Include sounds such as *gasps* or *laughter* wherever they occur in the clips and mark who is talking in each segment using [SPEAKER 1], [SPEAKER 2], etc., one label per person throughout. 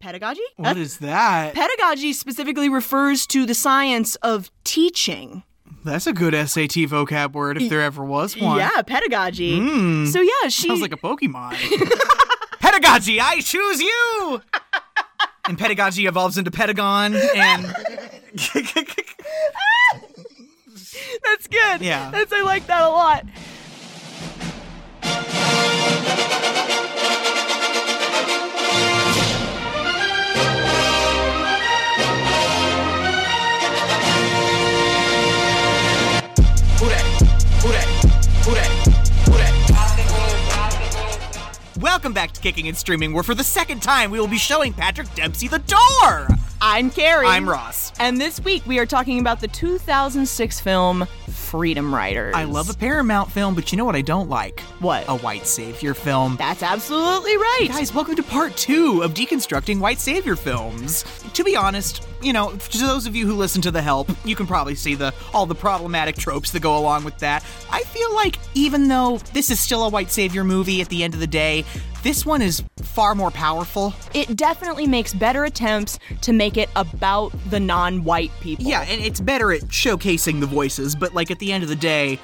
[SPEAKER 1] pedagogy? Uh,
[SPEAKER 2] What is that?
[SPEAKER 1] Pedagogy specifically refers to the science of teaching.
[SPEAKER 2] That's a good SAT vocab word if there ever was one. Hmm.
[SPEAKER 1] Yeah, pedagogy. So yeah, she
[SPEAKER 2] Sounds like a Pokemon. pedagogy, I choose you! and pedagogy evolves into pedagon
[SPEAKER 1] *laughs*
[SPEAKER 2] and
[SPEAKER 1] *laughs* that's good.
[SPEAKER 2] Yeah.
[SPEAKER 1] That's I like that a lot.
[SPEAKER 2] Welcome back to Kicking and Streaming, where for the second time we will be showing Patrick Dempsey the door!
[SPEAKER 1] I'm Carrie.
[SPEAKER 2] I'm Ross.
[SPEAKER 1] And this week we are talking about the 2006 film Freedom Riders.
[SPEAKER 2] I love a Paramount film, but you know what I don't like?
[SPEAKER 1] What?
[SPEAKER 2] A white savior film.
[SPEAKER 1] That's absolutely right.
[SPEAKER 2] Guys, welcome to part two of deconstructing white savior films. To be honest, you know, to those of you who listen to The Help, you can probably see the all the problematic tropes that go along with that. I feel like even though this is still a white savior movie at the end of the day, this one is far more powerful.
[SPEAKER 1] It definitely makes better attempts to make it about the non-white people.
[SPEAKER 2] Yeah, and it's better at showcasing the voices, but like at the end of the day,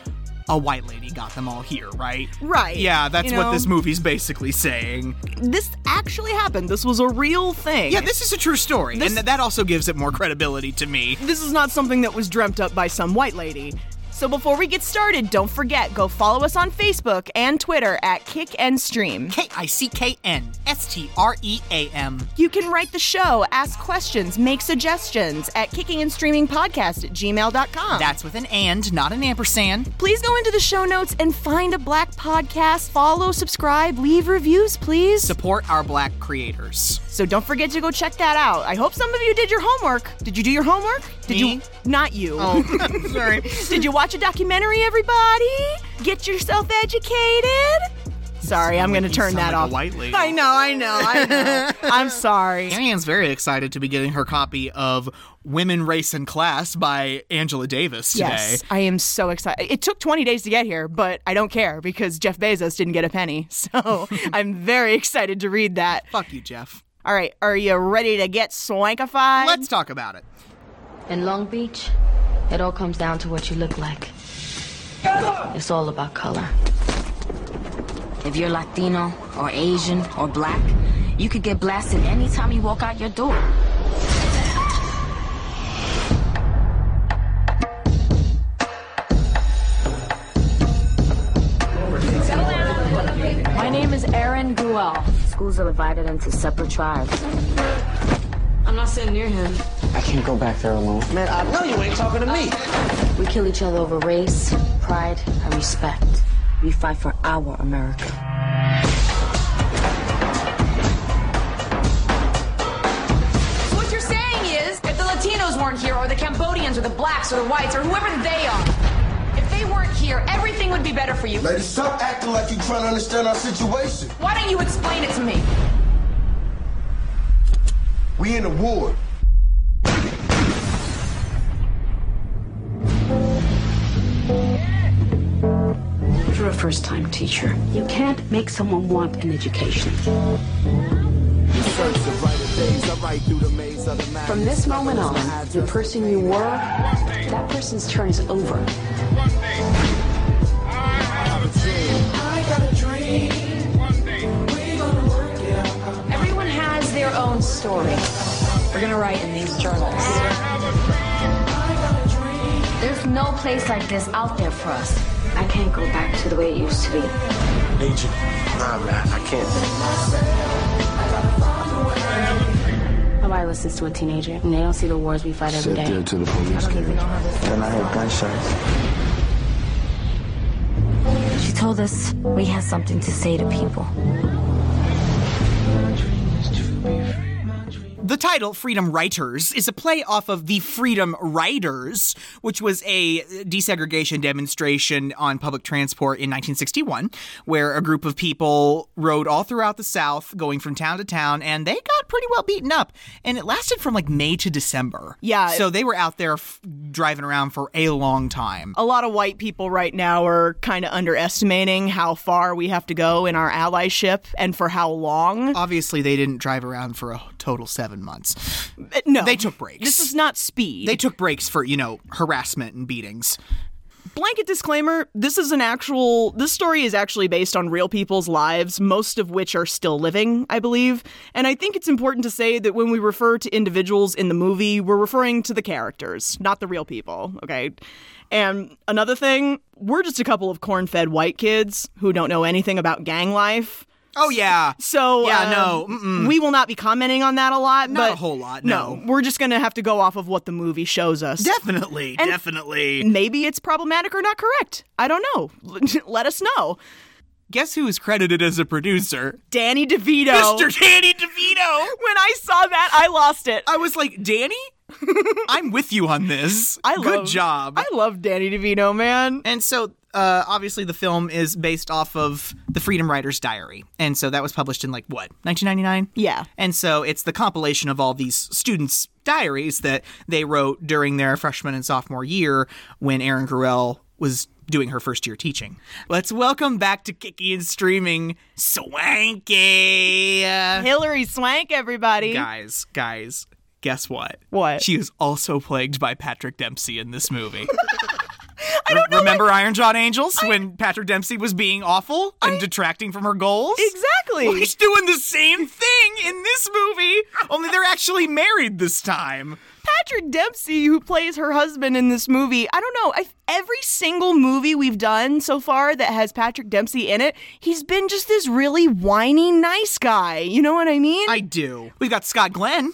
[SPEAKER 2] a white lady got them all here, right?
[SPEAKER 1] Right.
[SPEAKER 2] Yeah, that's
[SPEAKER 1] You
[SPEAKER 2] what
[SPEAKER 1] know?
[SPEAKER 2] this movie's basically saying.
[SPEAKER 1] This actually happened. This was a real thing.
[SPEAKER 2] Yeah, this is a true story, and th- that also gives it more credibility to me.
[SPEAKER 1] this is not something that was dreamt up by some white lady. So before we get started, don't forget go follow us on Facebook and Twitter at Kick and Stream.
[SPEAKER 2] K I C K N S T R E A M.
[SPEAKER 1] You can write the show, ask questions, make suggestions at Kicking and Streaming Podcast at gmail.com.
[SPEAKER 2] That's with an and, not an ampersand.
[SPEAKER 1] please go into the show notes and find a black podcast. Follow, subscribe, leave reviews, please.
[SPEAKER 2] Support our black creators.
[SPEAKER 1] so don't forget to go check that out. I hope some of you did your homework. Did you do your homework? Did you
[SPEAKER 2] Me? Oh,
[SPEAKER 1] not you?
[SPEAKER 2] *laughs*
[SPEAKER 1] *laughs*
[SPEAKER 2] sorry.
[SPEAKER 1] Did you watch a documentary, everybody? Get yourself educated. Sorry, I'm going to
[SPEAKER 2] you
[SPEAKER 1] turn
[SPEAKER 2] sound
[SPEAKER 1] that
[SPEAKER 2] like a
[SPEAKER 1] off.
[SPEAKER 2] white lady.
[SPEAKER 1] I know, I know, I
[SPEAKER 2] *laughs*
[SPEAKER 1] know. I'm sorry.
[SPEAKER 2] Anne's very excited to be getting her copy of Women, Race, and Class by Angela Davis today.
[SPEAKER 1] Yes, I am so excited. It took 20 days to get here, but I don't care because Jeff Bezos didn't get a penny. *laughs*
[SPEAKER 2] *laughs*
[SPEAKER 1] So I'm very excited to read that.
[SPEAKER 2] Fuck you, Jeff.
[SPEAKER 1] All right, are you ready to get swankified?
[SPEAKER 2] Let's talk about it.
[SPEAKER 3] In Long Beach, it all comes down to what you look like. It's all about color. If you're Latino or Asian or black, you could get blasted anytime you walk out your door.
[SPEAKER 4] My name is Aaron Guel.
[SPEAKER 3] Schools are divided into separate tribes.
[SPEAKER 4] I'm not sitting near him.
[SPEAKER 5] I can't go back there alone. Man, I know you ain't talking to me.
[SPEAKER 3] We kill each other over race, pride, and respect. We fight for our America.
[SPEAKER 4] So what you're saying is, if the Latinos weren't here, or the Cambodians, or the blacks, or the whites, or whoever they are, if they weren't here, everything would be better for you.
[SPEAKER 6] Lady, stop acting like you trying to understand our situation.
[SPEAKER 4] Why don't you explain it to me?
[SPEAKER 6] We in a war.
[SPEAKER 7] You're a first time teacher. You can't make someone want an education. From this moment on, the person you were, that person's turn is over.
[SPEAKER 4] Everyone has their own story. We're gonna write in these journals.
[SPEAKER 3] There's no place like this out there for us. I can't go back to the way it used to be.
[SPEAKER 6] Agent. Nah, man, I can't.
[SPEAKER 7] Nobody listens to a teenager, and they don't see the wars we fight every day.
[SPEAKER 6] to the police carriage. Then I heard gunshots.
[SPEAKER 3] She told us we had something to say to people.
[SPEAKER 2] The title, Freedom Writers, is a play off of the Freedom Riders, which was a desegregation demonstration on public transport in 1961, where a group of people rode all throughout the South, going from town to town, and they got pretty well beaten up. And it lasted from like May to December.
[SPEAKER 1] Yeah.
[SPEAKER 2] So they were out there f- driving around for a long time.
[SPEAKER 1] a lot of white people right now are kind of underestimating how far we have to go in our allyship and for how long.
[SPEAKER 2] Uh, Obviously, they didn't drive around for a total seven months.
[SPEAKER 1] Uh, No.
[SPEAKER 2] They took breaks.
[SPEAKER 1] This is not speed.
[SPEAKER 2] They took breaks for, you know, harassment and beatings.
[SPEAKER 1] blanket disclaimer this is an actual this story is actually based on real people's lives most of which are still living i believe and i think it's important to say that when we refer to individuals in the movie we're referring to the characters not the real people okay and another thing we're just a couple of corn-fed white kids who don't know anything about gang life
[SPEAKER 2] Oh, yeah.
[SPEAKER 1] so
[SPEAKER 2] Yeah,
[SPEAKER 1] uh,
[SPEAKER 2] no, mm-mm.
[SPEAKER 1] we will not be commenting on that a lot
[SPEAKER 2] Not a
[SPEAKER 1] but
[SPEAKER 2] whole lot, no.
[SPEAKER 1] we're just gonna have to go off of what the movie shows us
[SPEAKER 2] Definitely, definitely.
[SPEAKER 1] maybe it's problematic or not correct. I don't know. *laughs* Let us know.
[SPEAKER 2] Guess who is credited as a producer?
[SPEAKER 1] Danny DeVito.
[SPEAKER 2] Mr. Danny DeVito.
[SPEAKER 1] When I saw that, I lost it.
[SPEAKER 2] I was like, Danny, *laughs* I'm with you on this.
[SPEAKER 1] I
[SPEAKER 2] Good
[SPEAKER 1] love,
[SPEAKER 2] job.
[SPEAKER 1] I love Danny DeVito, man.
[SPEAKER 2] and so, uh, obviously, the film is based off of the Freedom Writer's Diary, and so that was published in like what 1999.
[SPEAKER 1] Yeah.
[SPEAKER 2] And so it's the compilation of all these students' diaries that they wrote during their freshman and sophomore year when Erin Carell was doing her first year teaching. Let's welcome back to Kiki and Streaming, Swanky.
[SPEAKER 1] Hillary Swank, everybody.
[SPEAKER 2] Guys, guys, guess what?
[SPEAKER 1] What?
[SPEAKER 2] She is also plagued by Patrick Dempsey in this movie. *laughs* I don't know. Remember Iron John Angels when Patrick Dempsey was being awful and detracting from her goals?
[SPEAKER 1] Exactly.
[SPEAKER 2] Well, he's doing the same thing in this movie, only they're actually married this time.
[SPEAKER 1] Patrick Dempsey, who plays her husband in this movie, I don't know. I, every single movie we've done so far that has Patrick Dempsey in it, he's been just this really whiny, nice guy. You know what I mean?
[SPEAKER 2] I do. We've got Scott Glenn,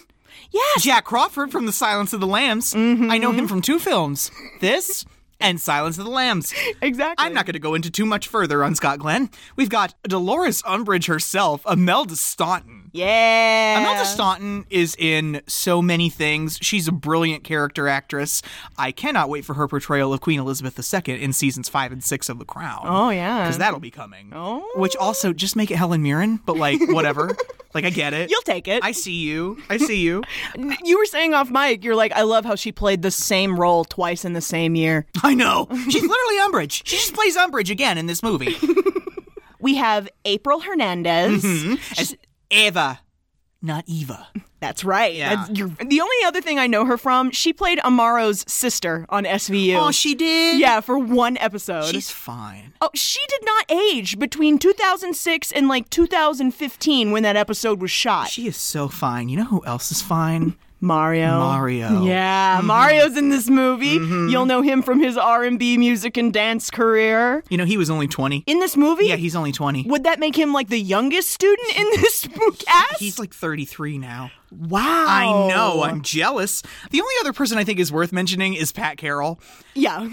[SPEAKER 1] yes.
[SPEAKER 2] Jack Crawford from The Silence of the Lambs. I know him from two films this and Silence of the Lambs.
[SPEAKER 1] exactly.
[SPEAKER 2] I'm not going to go into too much further on Scott Glenn. We've got Dolores Umbridge herself, Imelda Staunton.
[SPEAKER 1] Yeah.
[SPEAKER 2] Imelda Staunton is in so many things. She's a brilliant character actress. I cannot wait for her portrayal of Queen Elizabeth II in seasons five and six of The Crown.
[SPEAKER 1] Oh, yeah.
[SPEAKER 2] Because that'll be coming. Oh. Which also, just make it Helen Mirren,
[SPEAKER 1] *laughs*
[SPEAKER 2] but like, whatever. like, I get it.
[SPEAKER 1] You'll take it.
[SPEAKER 2] I see you. I see you.
[SPEAKER 1] You were saying off mic, you're like, I love how she played the same role twice in the same year.
[SPEAKER 2] I know. She's literally Umbridge. She just plays Umbridge again in this movie.
[SPEAKER 1] We have April Hernandez.
[SPEAKER 2] As Eva, not Eva.
[SPEAKER 1] That's right.
[SPEAKER 2] Yeah.
[SPEAKER 1] That's- you're- the only other thing I know her from, she played Amaro's sister on SVU.
[SPEAKER 2] Oh, she did?
[SPEAKER 1] yeah, for one episode.
[SPEAKER 2] She's fine.
[SPEAKER 1] oh, she did not age between 2006 and like 2015 when that episode was shot.
[SPEAKER 2] She is so fine. You know who else is fine?
[SPEAKER 1] Mario.
[SPEAKER 2] Mario. Mm-hmm.
[SPEAKER 1] Yeah, Mario's in this movie. You'll know him from his R&B music and dance career.
[SPEAKER 2] You know, he was only 20.
[SPEAKER 1] In this movie?
[SPEAKER 2] yeah, he's only 20.
[SPEAKER 1] Would that make him like the youngest student in this cast?
[SPEAKER 2] He's like 33 now.
[SPEAKER 1] wow.
[SPEAKER 2] I know,
[SPEAKER 1] Oh.
[SPEAKER 2] I'm jealous. The only other person I think is worth mentioning is Pat Carroll.
[SPEAKER 1] Yeah. *laughs*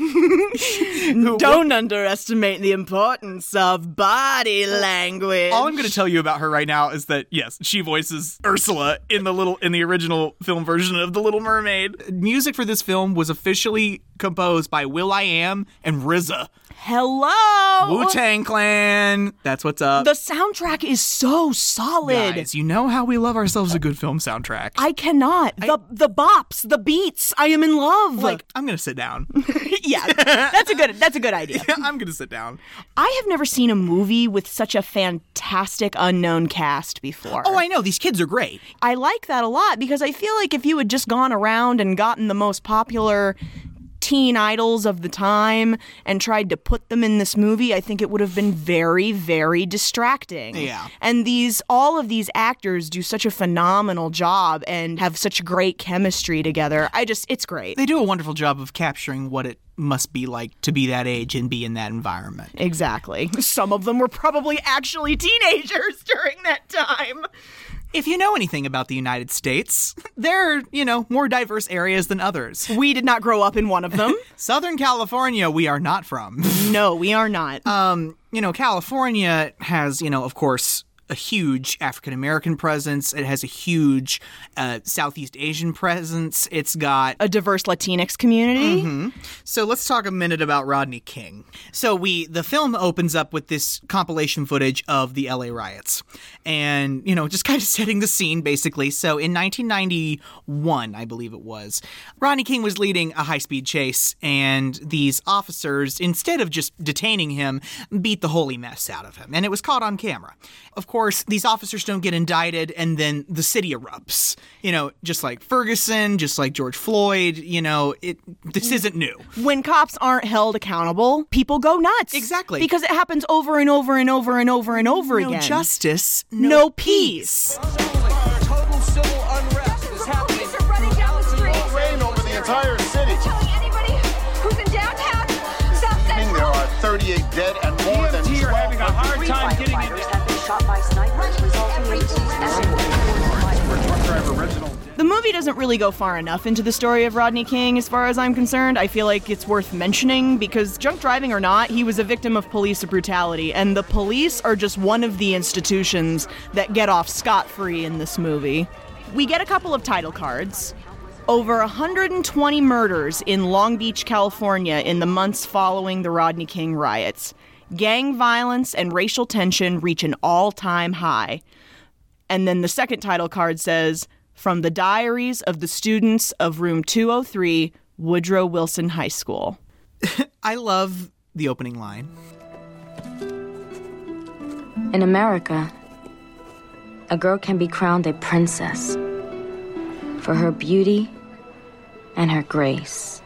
[SPEAKER 1] Don't underestimate the importance of body language.
[SPEAKER 2] All I'm going to tell you about her right now is that yes, she voices Ursula in the little in the original film version of The Little Mermaid. Music for this film was officially composed by Will I Am and RZA.
[SPEAKER 1] Hello.
[SPEAKER 2] Wu Tang Clan. That's what's up.
[SPEAKER 1] the soundtrack is so solid.
[SPEAKER 2] Guys, you know how we love ourselves a good film soundtrack.
[SPEAKER 1] I cannot. the the bops, the beats. I am in love. *laughs*
[SPEAKER 2] like I'm gonna sit *laughs* down.
[SPEAKER 1] yeah. That's a good that's a good idea.
[SPEAKER 2] I'm gonna sit down.
[SPEAKER 1] *laughs* I have never seen a movie with such a fantastic unknown cast before.
[SPEAKER 2] Oh, I know these kids are great.
[SPEAKER 1] I like that a lot because I feel like if you had just gone around and gotten the most popular teen idols of the time and tried to put them in this movie, I think it would have been very, very distracting.
[SPEAKER 2] Yeah.
[SPEAKER 1] And these all of these actors do such a phenomenal job and have such great chemistry together. I just it's great.
[SPEAKER 2] They do a wonderful job of capturing what it must be like to be that age and be in that environment.
[SPEAKER 1] Exactly. Some of them were probably actually teenagers *laughs* during that time.
[SPEAKER 2] If you know anything about the United States, *laughs* there are, you know, more diverse areas than others.
[SPEAKER 1] We did not grow up in one of *laughs* them.
[SPEAKER 2] Southern California, we are not from. *laughs*
[SPEAKER 1] no, we are not. Uh,
[SPEAKER 2] you know, California has, you know, of course, a huge African American presence. It has a huge uh, Southeast Asian presence. It's got
[SPEAKER 1] a diverse Latinx community.
[SPEAKER 2] So let's talk a minute about Rodney King. So we the film opens up with this compilation footage of the LA riots. And, you know, just *laughs* kind of setting the scene basically. So in 1991, I believe it was, Rodney King was leading a high-speed chase and these officers instead of just detaining him, beat the holy mess out of him and it was caught on camera. Of course, these officers don't get indicted, and then the city erupts. You know, just like Ferguson, just like George Floyd. You know, it. This isn't new.
[SPEAKER 1] When cops aren't held accountable, people go nuts.
[SPEAKER 2] Exactly.
[SPEAKER 1] Because it happens over and over and over and over and over
[SPEAKER 2] No
[SPEAKER 1] again.
[SPEAKER 2] justice, no,
[SPEAKER 1] no,
[SPEAKER 2] peace.
[SPEAKER 1] peace.
[SPEAKER 8] Total civil unrest is happening.
[SPEAKER 4] Police are running down the street.
[SPEAKER 9] Rain over the entire city.
[SPEAKER 4] Telling anybody who's in downtown South Central.
[SPEAKER 9] There are 38 dead and more than
[SPEAKER 8] EMT are
[SPEAKER 9] 12
[SPEAKER 8] having a hard time getting in.
[SPEAKER 10] Firefighters have been shot by snipers, resulting in at least
[SPEAKER 9] truck driver Reginald. Dead.
[SPEAKER 1] The movie doesn't really go far enough into the story of Rodney King, as far as I'm concerned. I feel like it's worth mentioning because, junk driving or not, he was a victim of police brutality, and the police are just one of the institutions that get off scot free in this movie. We get a couple of title cards. Over 120 murders in Long Beach, California, in the months following the Rodney King riots. Gang violence and racial tension reach an all time high. And then the second title card says, From the Diaries of the Students of Room 203, Woodrow Wilson High School.
[SPEAKER 2] I love the opening line.
[SPEAKER 3] In America, a girl can be crowned a princess for her beauty and her grace.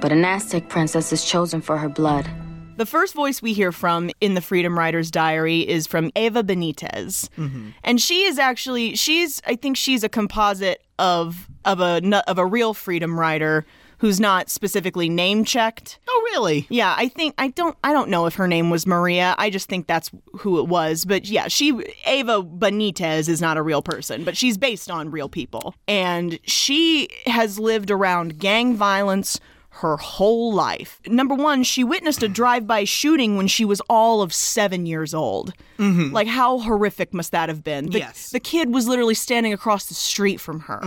[SPEAKER 3] But an Aztec princess is chosen for her blood.
[SPEAKER 1] The first voice we hear from in the Freedom Riders diary is from Eva Benitez.
[SPEAKER 2] Mm-hmm.
[SPEAKER 1] And she is actually she's I think she's a composite of of a nu- of a real freedom rider who's not specifically name checked.
[SPEAKER 2] Oh, really?
[SPEAKER 1] Yeah, I think I don't I don't know if her name was Maria. I just think that's who it was. But yeah, she Ava Benitez is not a real person, but she's based on real people. And she has lived around gang violence her whole life. Number 1, she witnessed a drive-by shooting when she was all of 7 years old. Like how horrific must that have been? The,
[SPEAKER 2] Yes.
[SPEAKER 1] The kid was literally standing across the street from her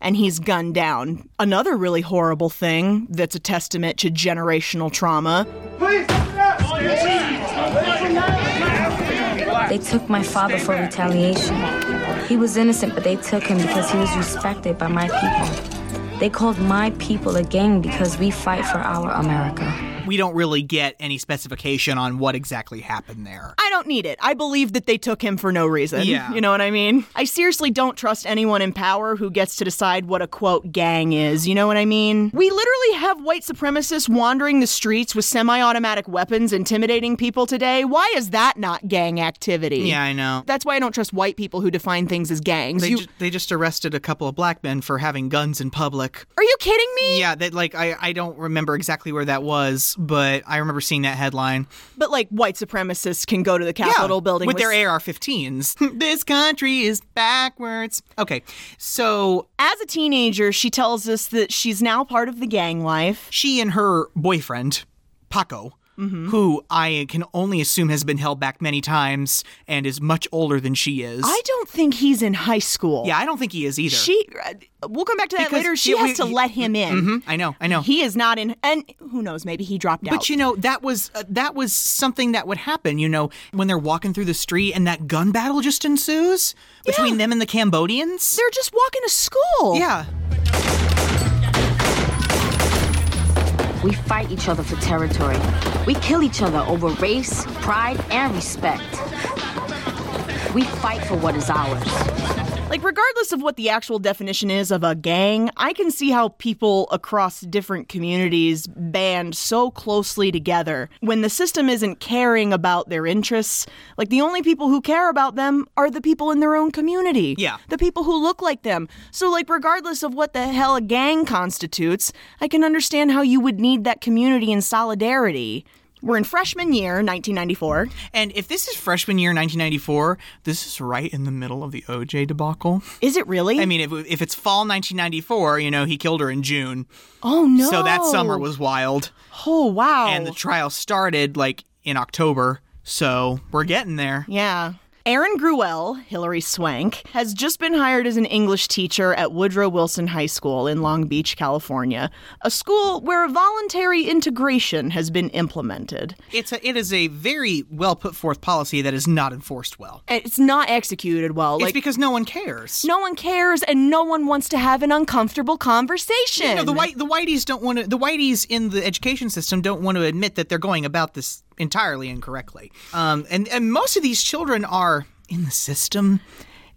[SPEAKER 1] and he's gunned down. Another really horrible thing that's a testament to generational trauma.
[SPEAKER 3] They took my father for retaliation. He was innocent, but they took him because he was respected by my people. They called my people a gang because we fight for our America.
[SPEAKER 2] We don't really get any specification on what exactly happened there.
[SPEAKER 1] I don't need it. I believe that they took him for no reason.
[SPEAKER 2] Yeah.
[SPEAKER 1] You know what I mean? I seriously don't trust anyone in power who gets to decide what a quote gang is. You know what I mean? We literally have white supremacists wandering the streets with semi automatic weapons intimidating people today. Why is that not gang activity?
[SPEAKER 2] Yeah, I know.
[SPEAKER 1] That's why I don't trust white people who define things as gangs.
[SPEAKER 2] They,
[SPEAKER 1] You-
[SPEAKER 2] ju- they just arrested a couple of black men for having guns in public.
[SPEAKER 1] are you kidding me?
[SPEAKER 2] Yeah, that like I, I don't remember exactly where that was, but I remember seeing that headline.
[SPEAKER 1] But like white supremacists can go to the Capitol
[SPEAKER 2] yeah,
[SPEAKER 1] building
[SPEAKER 2] with their AR-15s. *laughs* this country is backwards. Okay, so
[SPEAKER 1] As a teenager, she tells us that she's now part of the gang life.
[SPEAKER 2] she and her boyfriend Paco, who I can only assume has been held back many times and is much older than she is.
[SPEAKER 1] I don't think he's in high school.
[SPEAKER 2] yeah, I don't think he is either.
[SPEAKER 1] She, uh, we'll come back to that
[SPEAKER 2] Because
[SPEAKER 1] later. She
[SPEAKER 2] it-
[SPEAKER 1] has
[SPEAKER 2] we-
[SPEAKER 1] to let him in.
[SPEAKER 2] *laughs* I know, I know.
[SPEAKER 1] He is not in, and who knows? Maybe he dropped out.
[SPEAKER 2] But you know that was uh, that was something that would happen. You know when they're walking through the street and that gun battle just ensues between them and the Cambodians.
[SPEAKER 1] they're just walking to school.
[SPEAKER 2] yeah,
[SPEAKER 3] We fight each other for territory. We kill each other over race, pride, and respect. We fight for what is ours.
[SPEAKER 1] Like, regardless of what the actual definition is of a gang, I can see how people across different communities band so closely together when the system isn't caring about their interests. Like, the only people who care about them are the people in their own community.
[SPEAKER 2] Yeah.
[SPEAKER 1] The people who look like them. So, like, regardless of what the hell a gang constitutes, I can understand how you would need that community and solidarity. We're in freshman year, 1994.
[SPEAKER 2] and if this is freshman year 1994, this is right in the middle of the OJ debacle.
[SPEAKER 1] Is it really?
[SPEAKER 2] I mean, if if it's fall 1994, you know he killed her in June,
[SPEAKER 1] oh no.
[SPEAKER 2] so that summer was wild,
[SPEAKER 1] Oh, wow.
[SPEAKER 2] and the trial started like in October. So we're getting there.
[SPEAKER 1] Yeah. Aaron Gruel, Hillary Swank, has just been hired as an English teacher at Woodrow Wilson High School in Long Beach, California, a school where voluntary integration has been implemented.
[SPEAKER 2] It's a, it is a very well put forth policy that is not enforced well.
[SPEAKER 1] And It's not executed well.
[SPEAKER 2] it's
[SPEAKER 1] Like
[SPEAKER 2] because no one cares.
[SPEAKER 1] no one cares and no one wants to have an uncomfortable conversation.
[SPEAKER 2] No, the white the whiteys don't want to. The whiteys in the education system don't want to admit that they're going about this entirely incorrectly. Um, and, and most of these children are in the system.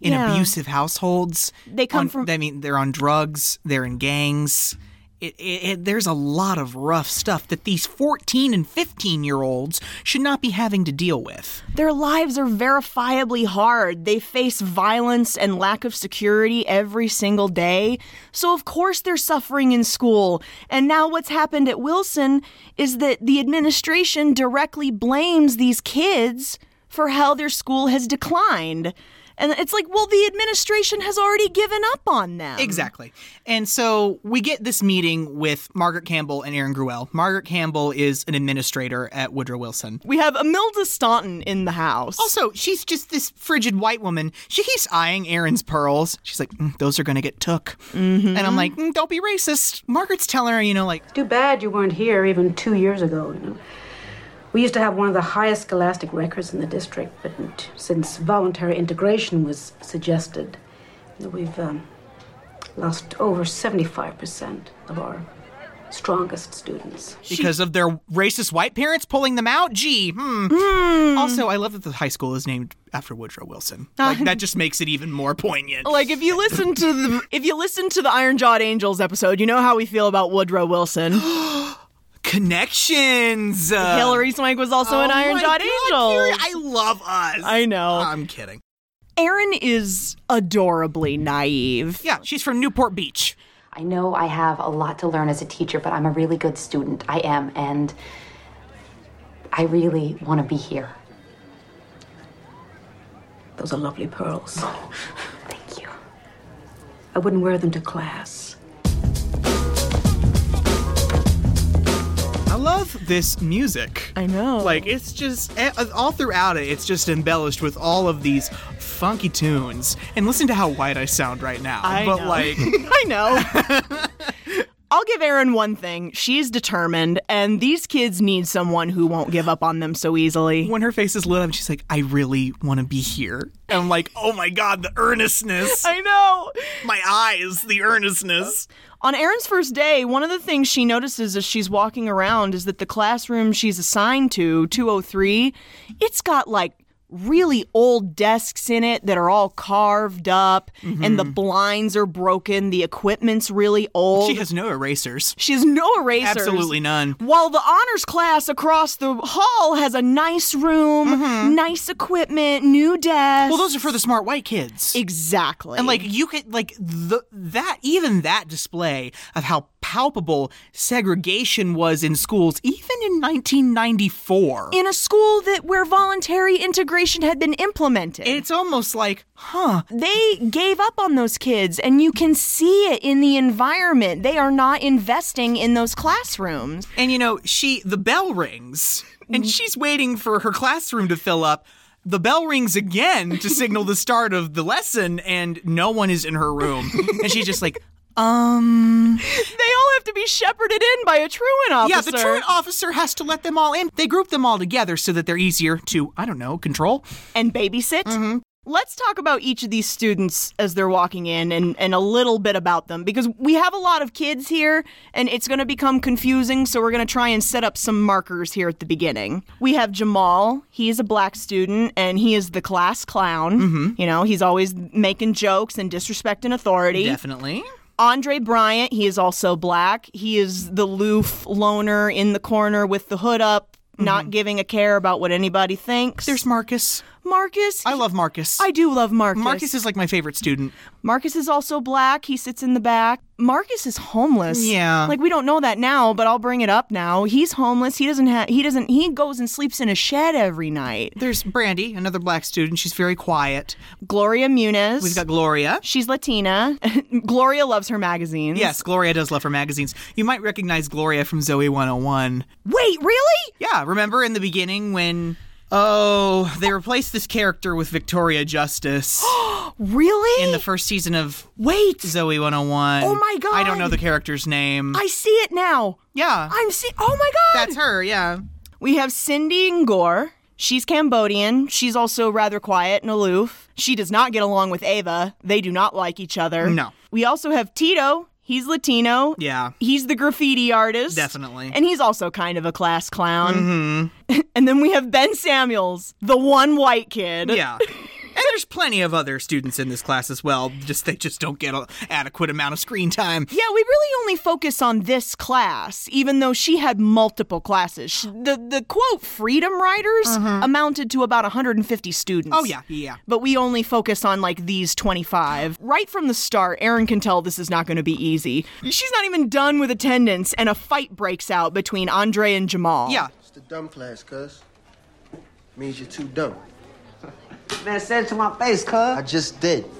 [SPEAKER 2] In
[SPEAKER 1] Yeah.
[SPEAKER 2] abusive households,
[SPEAKER 1] They come
[SPEAKER 2] on-
[SPEAKER 1] from-
[SPEAKER 2] I mean, they're on drugs. They're in gangs. It, it, it, there's a lot of rough stuff that these 14 and 15 year olds should not be having to deal with.
[SPEAKER 1] Their lives are verifiably hard. They face violence and lack of security every single day. So, of course, they're suffering in school. And now, what's happened at Wilson is that the administration directly blames these kids for how their school has declined. And it's like, well, the administration has already given up on them.
[SPEAKER 2] Exactly. And so we get this meeting with Margaret Campbell and Aaron Gruel. Margaret Campbell is an administrator at Woodrow Wilson.
[SPEAKER 1] We have Imelda Staunton in the house.
[SPEAKER 2] Also, she's just this frigid white woman. She keeps eyeing Aaron's pearls. She's like, "Mm, those are going to get took.
[SPEAKER 1] Mm-hmm.
[SPEAKER 2] And I'm like, "Mm, don't be racist. Margaret's telling her, you know, like,
[SPEAKER 7] Too bad you weren't here even two years ago. You know. We used to have one of the highest scholastic records in the district, but since voluntary integration was suggested, we've um, lost over 75% of our strongest students.
[SPEAKER 2] because of their racist white parents pulling them out? Gee, hmm.
[SPEAKER 1] Mm.
[SPEAKER 2] Also, I love that the high school is named after Woodrow Wilson. Like,
[SPEAKER 1] *laughs*
[SPEAKER 2] that just makes it even more poignant.
[SPEAKER 1] Uh, Like if you listen to the if you listen to the Iron Jawed Angels episode, you know how we feel about Woodrow Wilson.
[SPEAKER 2] Connections. Uh,
[SPEAKER 1] Hillary Swank was also an
[SPEAKER 2] oh
[SPEAKER 1] Iron
[SPEAKER 2] my
[SPEAKER 1] Jawed
[SPEAKER 2] God,
[SPEAKER 1] Angel.
[SPEAKER 2] Fury, I love us.
[SPEAKER 1] I know.
[SPEAKER 2] I'm kidding.
[SPEAKER 1] Aaron is adorably naive.
[SPEAKER 2] Yeah, she's from Newport Beach.
[SPEAKER 10] I know I have a lot to learn as a teacher, but I'm a really good student. I am, and I really want to be here.
[SPEAKER 7] Those are lovely pearls.
[SPEAKER 10] *laughs* Thank you.
[SPEAKER 7] I wouldn't wear them to class.
[SPEAKER 2] I love this music.
[SPEAKER 1] I know.
[SPEAKER 2] Like it's just eh, all throughout it. It's just embellished with all of these funky tunes. And listen to how white I sound right now.
[SPEAKER 1] I
[SPEAKER 2] but
[SPEAKER 1] know. *laughs*
[SPEAKER 2] like,
[SPEAKER 1] I know. *laughs* I'll give Aaron one thing. She's determined, and these kids need someone who won't give up on them so easily.
[SPEAKER 2] when her face is lit up, she's like, "I really want to be here." And I'm like, "Oh my god, the earnestness!
[SPEAKER 1] I know.
[SPEAKER 2] my eyes, the earnestness."
[SPEAKER 1] On Erin's first day, one of the things she notices as she's walking around is that the classroom she's assigned to, 203, it's got like really old desks in it that are all carved up and
[SPEAKER 2] Mm-hmm.
[SPEAKER 1] the blinds are broken, the equipment's really old.
[SPEAKER 2] She has no erasers.
[SPEAKER 1] She has no erasers.
[SPEAKER 2] Absolutely none.
[SPEAKER 1] While the honors class across the hall has a nice room, nice equipment, new desk.
[SPEAKER 2] Mm-hmm. Well, those are for the smart white kids.
[SPEAKER 1] exactly.
[SPEAKER 2] And like you could like the that even that display of how palpable segregation was in schools even in 1994.
[SPEAKER 1] in a school that where voluntary integration had been implemented.
[SPEAKER 2] it's almost like, huh,
[SPEAKER 1] they gave up on those kids and you can see it in the environment. They are not investing in those classrooms.
[SPEAKER 2] and you know, she the bell rings and she's waiting for her classroom to fill up. The bell rings again to signal the start of the lesson and no one is in her room. and she's just like, um,
[SPEAKER 1] They all have to be shepherded in by a truant officer.
[SPEAKER 2] yeah, the truant officer has to let them all in. They group them all together so that they're easier to, I don't know, control.
[SPEAKER 1] and babysit. Let's talk about each of these students as they're walking in and, and a little bit about them because we have a lot of kids here and it's going to become confusing. So, we're going to try and set up some markers here at the beginning. We have Jamal. He is a black student and he is the class clown. You know, he's always making jokes and disrespecting authority.
[SPEAKER 2] Definitely.
[SPEAKER 1] Andre Bryant, he is also black. He is the loof loner in the corner with the hood up, not giving a care about what anybody thinks.
[SPEAKER 2] There's Marcus.
[SPEAKER 1] Marcus.
[SPEAKER 2] I love Marcus.
[SPEAKER 1] I do love Marcus.
[SPEAKER 2] Marcus is like my favorite student.
[SPEAKER 1] Marcus is also black. He sits in the back. Marcus is homeless.
[SPEAKER 2] Yeah.
[SPEAKER 1] Like we don't know that now, but I'll bring it up now. He's homeless. He doesn't have he doesn't he goes and sleeps in a shed every night.
[SPEAKER 2] There's Brandy, another black student. She's very quiet.
[SPEAKER 1] Gloria Muniz.
[SPEAKER 2] We've got Gloria.
[SPEAKER 1] She's Latina. *laughs* Gloria loves her magazines.
[SPEAKER 2] Yes, Gloria does love her magazines. You might recognize Gloria from Zoe 101.
[SPEAKER 1] Wait, really?
[SPEAKER 2] Yeah, remember in the beginning when oh, they replaced this character with
[SPEAKER 1] *gasps*
[SPEAKER 2] Victoria Justice
[SPEAKER 1] Really?
[SPEAKER 2] in the first season of
[SPEAKER 1] Wait.
[SPEAKER 2] Zoe 101.
[SPEAKER 1] Oh my
[SPEAKER 2] I don't know
[SPEAKER 1] God.
[SPEAKER 2] the character's name.
[SPEAKER 1] I see it now.
[SPEAKER 2] yeah.
[SPEAKER 1] I'm see Oh my god.
[SPEAKER 2] that's her, yeah.
[SPEAKER 1] We have Cindy Ngor. She's Cambodian. She's also rather quiet and aloof. She does not get along with Ava. They do not like each other.
[SPEAKER 2] No.
[SPEAKER 1] We also have Tito. He's Latino.
[SPEAKER 2] Yeah.
[SPEAKER 1] He's the graffiti artist.
[SPEAKER 2] Definitely.
[SPEAKER 1] And he's also kind of a class clown. Mm-hmm. *laughs* and then we have Ben Samuels, the one white kid.
[SPEAKER 2] Yeah. And there's plenty of other students in this class as well. Just they just don't get an adequate amount of screen time.
[SPEAKER 1] Yeah, we really only focus on this class, even though she had multiple classes. She- The the quote freedom riders amounted to about 150 students.
[SPEAKER 2] Uh-huh. Oh yeah, yeah.
[SPEAKER 1] But we only focus on like these 25. Right from the start, Erin can tell this is not going to be easy. She's not even done with attendance, and a fight breaks out between Andre and Jamal.
[SPEAKER 2] Yeah.
[SPEAKER 6] It's the dumb class, cuz. Means you're too dumb.
[SPEAKER 5] Man, say it to my face, cuz.
[SPEAKER 6] I just did. You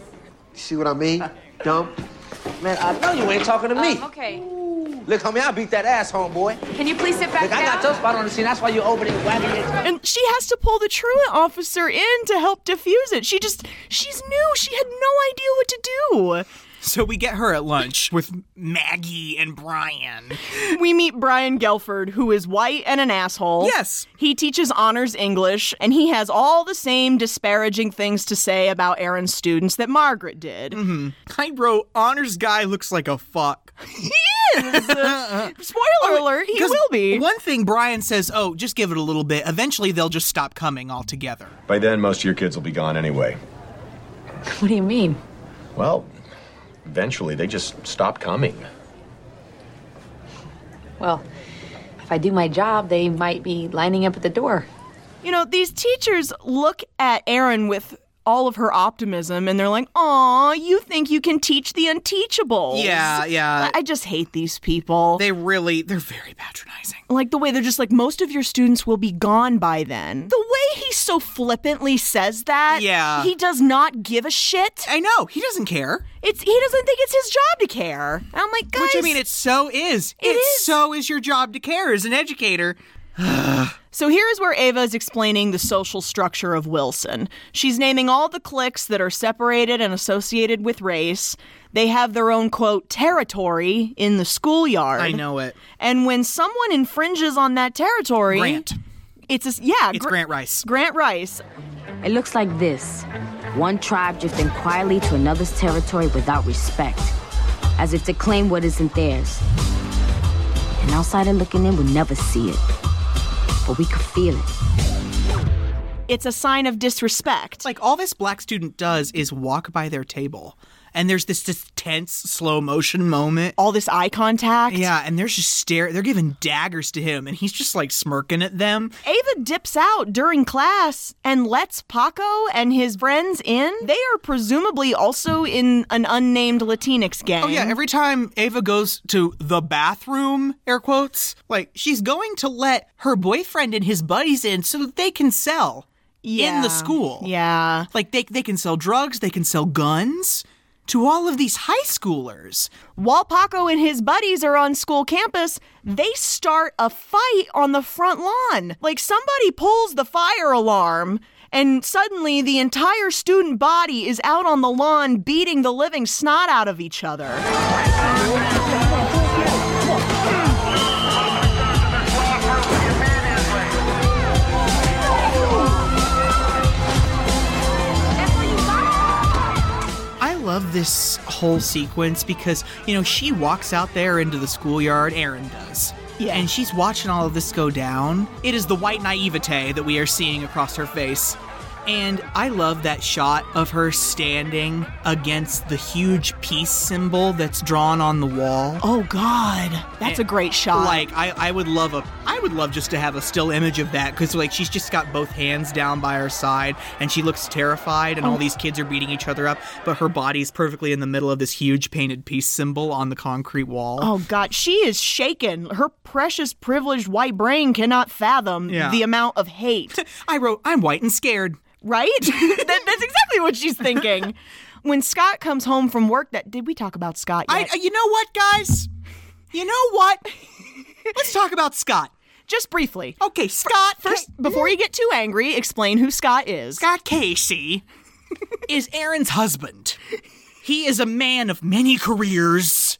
[SPEAKER 6] see what I
[SPEAKER 5] *laughs*
[SPEAKER 6] mean? dumb.
[SPEAKER 5] Man, I know you ain't talking to me.
[SPEAKER 4] Um, okay.
[SPEAKER 5] Look, homie, I beat that ass, homeboy.
[SPEAKER 4] Can you please sit back
[SPEAKER 5] Look, I
[SPEAKER 4] down?
[SPEAKER 5] got your spot on the scene. That's why you open it, wagging it.
[SPEAKER 1] And she has to pull the truant officer in to help defuse it. She just, she's new. She had no idea what to
[SPEAKER 2] So we get her at lunch with Maggie and Brian.
[SPEAKER 1] do. We meet Brian Gelford, who is white and an asshole.
[SPEAKER 2] Yes.
[SPEAKER 1] He teaches honors English, and he has all the same disparaging things to say about Aaron's students that Margaret did.
[SPEAKER 2] Mm-hmm. I wrote honors guy looks like a fuck.
[SPEAKER 1] Spoiler alert, he
[SPEAKER 2] Oh, 'Cause
[SPEAKER 1] will be.
[SPEAKER 2] One thing Brian says, oh, just give it a little bit. Eventually they'll just stop coming altogether.
[SPEAKER 11] By then, most of your kids will be gone anyway.
[SPEAKER 10] What do you mean?
[SPEAKER 11] Well, eventually they just stop coming.
[SPEAKER 10] Well, if I do my job, they might be lining up at the door.
[SPEAKER 1] You know, these teachers look at Erin with all of her optimism and they're like, aw, you think you can teach the unteachable.
[SPEAKER 2] Yeah, yeah.
[SPEAKER 1] I just hate these people.
[SPEAKER 2] They really, they're very patronizing.
[SPEAKER 1] like the way they're just like, most of your students will be gone by then. The way he so flippantly says that.
[SPEAKER 2] Yeah.
[SPEAKER 1] He does not give a shit.
[SPEAKER 2] I know, he doesn't care.
[SPEAKER 1] It's he doesn't think it's his job to care. And I'm like, guys.
[SPEAKER 2] Which I mean, it so is. It,
[SPEAKER 1] is.
[SPEAKER 2] so is your job to care as an educator.
[SPEAKER 1] So here is where Ava is explaining the social structure of Wilson. She's naming all the cliques that are separated and associated with race. They have their own, quote, territory in the schoolyard.
[SPEAKER 2] I know it.
[SPEAKER 1] And when someone infringes on that territory,
[SPEAKER 2] Grant.
[SPEAKER 1] it's a, s- yeah,
[SPEAKER 2] It's
[SPEAKER 1] Gr-
[SPEAKER 2] Grant Rice.
[SPEAKER 1] Grant Rice.
[SPEAKER 3] It looks like this one tribe drifting quietly to another's territory without respect, as if to claim what isn't theirs. An outsider looking in would never see it, but we could feel it.
[SPEAKER 1] It's a sign of disrespect.
[SPEAKER 2] Like, all this black student does is walk by their table. And there's this, this tense, slow motion moment.
[SPEAKER 1] all this eye contact.
[SPEAKER 2] Yeah, and they're just staring. They're giving daggers to him, and he's just like smirking at them.
[SPEAKER 1] Ava dips out during class and lets Paco and his friends in. They are presumably also in an unnamed Latinx gang.
[SPEAKER 2] Oh yeah, every time Ava goes to the bathroom, air quotes, like she's going to let her boyfriend and his buddies in so that they can sell in
[SPEAKER 1] Yeah.
[SPEAKER 2] the school.
[SPEAKER 1] Yeah.
[SPEAKER 2] Like they they can sell drugs, they can sell guns to all of these high schoolers.
[SPEAKER 1] While Paco and his buddies are on school campus, they start a fight on the front lawn. Like somebody pulls the fire alarm, and suddenly the entire student body is out on the lawn beating the living snot out of each other.
[SPEAKER 2] I love this whole sequence because, you know, she walks out there into the schoolyard, Erin does.
[SPEAKER 1] Yeah.
[SPEAKER 2] And she's watching all of this go down. It is the white naivete that we are seeing across her face. And I love that shot of her standing against the huge peace symbol that's drawn on the wall.
[SPEAKER 1] Oh, God. That's a great shot.
[SPEAKER 2] Like I, I would love a, I would love just to have a still image of that because like she's just got both hands down by her side and she looks terrified
[SPEAKER 1] Oh.
[SPEAKER 2] and all these kids are beating each other up, but her body's perfectly in the middle of this huge painted peace symbol on the concrete wall.
[SPEAKER 1] Oh God, she is shaken. Her precious, privileged white brain cannot fathom
[SPEAKER 2] Yeah.
[SPEAKER 1] the amount of
[SPEAKER 2] *laughs*
[SPEAKER 1] hate.
[SPEAKER 2] I wrote, I'm white and scared.
[SPEAKER 1] Right? *laughs* that, that's exactly what she's thinking. when Scott comes home from work, that did we talk about Scott
[SPEAKER 2] I, uh,
[SPEAKER 1] yet?
[SPEAKER 2] you know what, guys? You know what?
[SPEAKER 1] *laughs*
[SPEAKER 2] Let's talk about Scott.
[SPEAKER 1] Just briefly.
[SPEAKER 2] Okay, Scott.
[SPEAKER 1] First, before you get too angry, explain who Scott is.
[SPEAKER 2] mm-hmm. Scott Casey is Aaron's husband. He is a man of many careers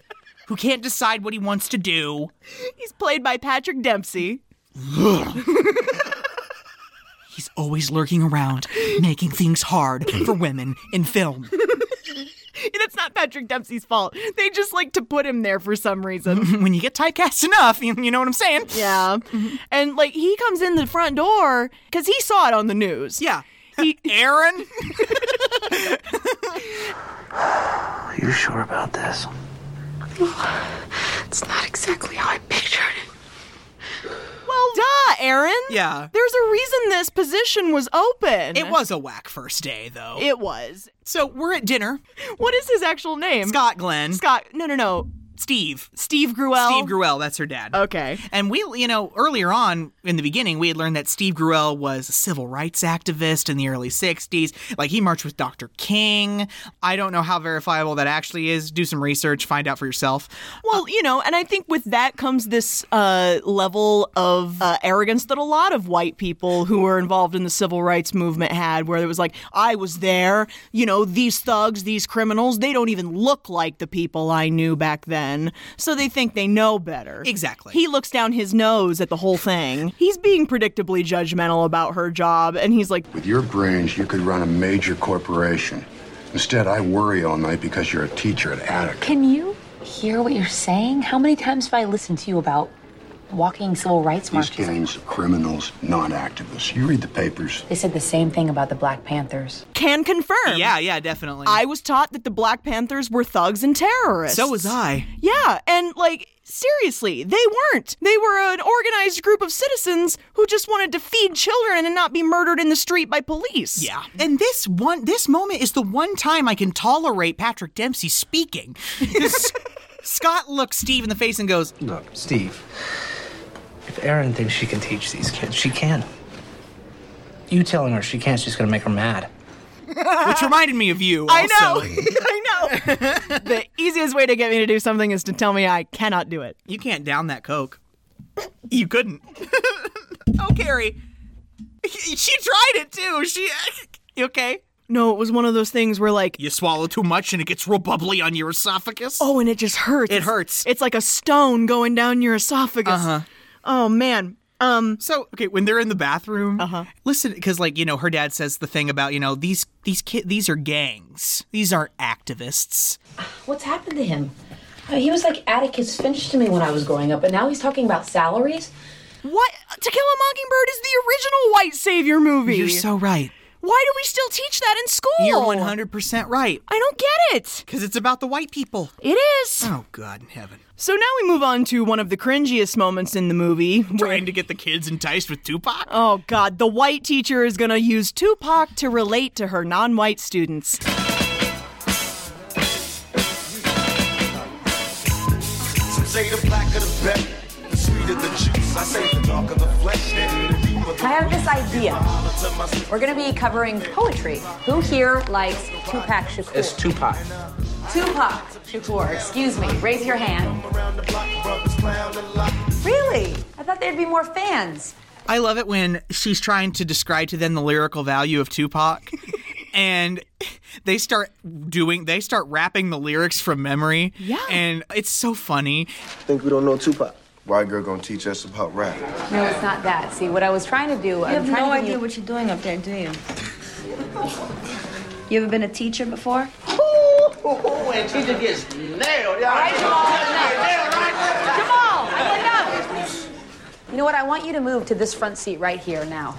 [SPEAKER 2] who can't decide what he wants to do.
[SPEAKER 1] He's played by Patrick Dempsey. *laughs*
[SPEAKER 2] He's always lurking around, making things hard for women in film. *laughs*
[SPEAKER 1] That's not not Patrick Dempsey's fault. They just like to put him there for some
[SPEAKER 2] *laughs*
[SPEAKER 1] reason.
[SPEAKER 2] when you get typecast enough, you, you know what I'm saying?
[SPEAKER 1] Yeah.
[SPEAKER 2] Mm-hmm.
[SPEAKER 1] And like he comes in the front door because he saw it on the news. *laughs*
[SPEAKER 2] Yeah. Aaron?
[SPEAKER 5] Are you sure about this?
[SPEAKER 3] It's not exactly how I pictured it.
[SPEAKER 1] Well, duh, Aaron.
[SPEAKER 2] Yeah.
[SPEAKER 1] There's a reason this position was open.
[SPEAKER 2] It was a whack first day, though.
[SPEAKER 1] It was.
[SPEAKER 2] so we're at dinner.
[SPEAKER 1] What is his actual name?
[SPEAKER 2] Scott Glenn.
[SPEAKER 1] Scott. No, no, no.
[SPEAKER 2] Steve.
[SPEAKER 1] Steve Gruel.
[SPEAKER 2] Steve Gruel, that's her dad.
[SPEAKER 1] Okay.
[SPEAKER 2] And we, you know, earlier on in the beginning, we had learned that Steve Gruel was a civil rights activist in the early 60s. Like, he marched with Dr. King. I don't know how verifiable that actually is. Do some research, find out for yourself.
[SPEAKER 1] Well, you know, and I think with that comes this uh, level of uh, arrogance that a lot of white people who were involved in the civil rights movement had, where it was like, I was there, you know, these thugs, these criminals, they don't even look like the people I knew back then. So they think they know better.
[SPEAKER 2] Exactly.
[SPEAKER 1] He looks down his nose at the whole thing. He's being predictably judgmental about her job, and he's like,
[SPEAKER 12] With your brains, you could run a major corporation. Instead, I worry all night because you're a teacher at Attic.
[SPEAKER 10] Can you hear what you're saying? How many times have I listened to you about walking civil rights
[SPEAKER 12] These
[SPEAKER 10] marches?
[SPEAKER 12] gangs are criminals, not activists. You read the papers.
[SPEAKER 10] They said the same thing about the Black Panthers.
[SPEAKER 1] can confirm.
[SPEAKER 2] Yeah, yeah, definitely.
[SPEAKER 1] I was taught that the Black Panthers were thugs and terrorists.
[SPEAKER 2] so was I.
[SPEAKER 1] Yeah, and like seriously, they weren't. They were an organized group of citizens who just wanted to feed children and not be murdered in the street by police.
[SPEAKER 2] Yeah. And this one, this moment is the one time I can tolerate Patrick Dempsey speaking. *laughs* 'Cause Scott looks Steve in the face and goes,
[SPEAKER 6] Look, Steve, if Erin thinks she can teach these kids, she can. You telling her she can't is just gonna make her mad.
[SPEAKER 1] *laughs*
[SPEAKER 2] which reminded me of you.
[SPEAKER 1] I know. *laughs*
[SPEAKER 2] also.
[SPEAKER 1] I know. the easiest way to get me to do something is to tell me I cannot do it.
[SPEAKER 2] You can't down that Coke. You couldn't. *laughs* oh, Carrie. She tried it too. She. You okay?
[SPEAKER 1] No, it was one of those things where like
[SPEAKER 2] You swallow too much and it gets real bubbly on your esophagus.
[SPEAKER 1] oh, and it just hurts.
[SPEAKER 2] It hurts.
[SPEAKER 1] It's like a stone going down your esophagus. Uh-huh. Oh man. Um
[SPEAKER 2] So okay, when they're in the bathroom, uh-huh. listen, because like you know, her dad says the thing about you know these these kid these are gangs, these are activists.
[SPEAKER 10] What's happened to him? I mean, he was like Atticus Finch to me when I was growing up, and now he's talking about salaries.
[SPEAKER 1] what To Kill a Mockingbird is the original white savior movie.
[SPEAKER 2] You're so right.
[SPEAKER 1] Why do we still teach that in school?
[SPEAKER 2] You're 100 percent right
[SPEAKER 1] I don't get it.
[SPEAKER 2] because it's about the white people.
[SPEAKER 1] It is.
[SPEAKER 2] Oh God in heaven!
[SPEAKER 1] So now we move on to one of the cringiest moments in the movie. Where,
[SPEAKER 2] Trying to get the kids enticed with Tupac.
[SPEAKER 1] oh, God. The white teacher is going to use Tupac to relate to her non white students.
[SPEAKER 9] Some say the blacker the better, the sweeter the juice. I say the darker the flesh, then the deeper the
[SPEAKER 13] I have this idea. We're going to be covering poetry. Who here likes Tupac Shakur?
[SPEAKER 6] It's Tupac.
[SPEAKER 13] Tupac Shakur, excuse me. Raise your hand. Really? I thought there'd be more fans.
[SPEAKER 2] I love it when she's trying to describe to them the lyrical value of Tupac. And they start doing, they start rapping the lyrics from memory. Yeah. And it's so funny.
[SPEAKER 6] Think we don't know Tupac.
[SPEAKER 9] White girl gonna teach us about rap.
[SPEAKER 13] No, it's not that. See, what I was trying to do,
[SPEAKER 14] You
[SPEAKER 13] I'm
[SPEAKER 14] have
[SPEAKER 13] trying
[SPEAKER 14] no
[SPEAKER 13] to
[SPEAKER 14] idea what you're doing up there, do you? You ever been a teacher before?
[SPEAKER 5] Oh, and teacher gets nailed.
[SPEAKER 13] Jamal, I went up. You know what? I want you to move to this front seat right here now.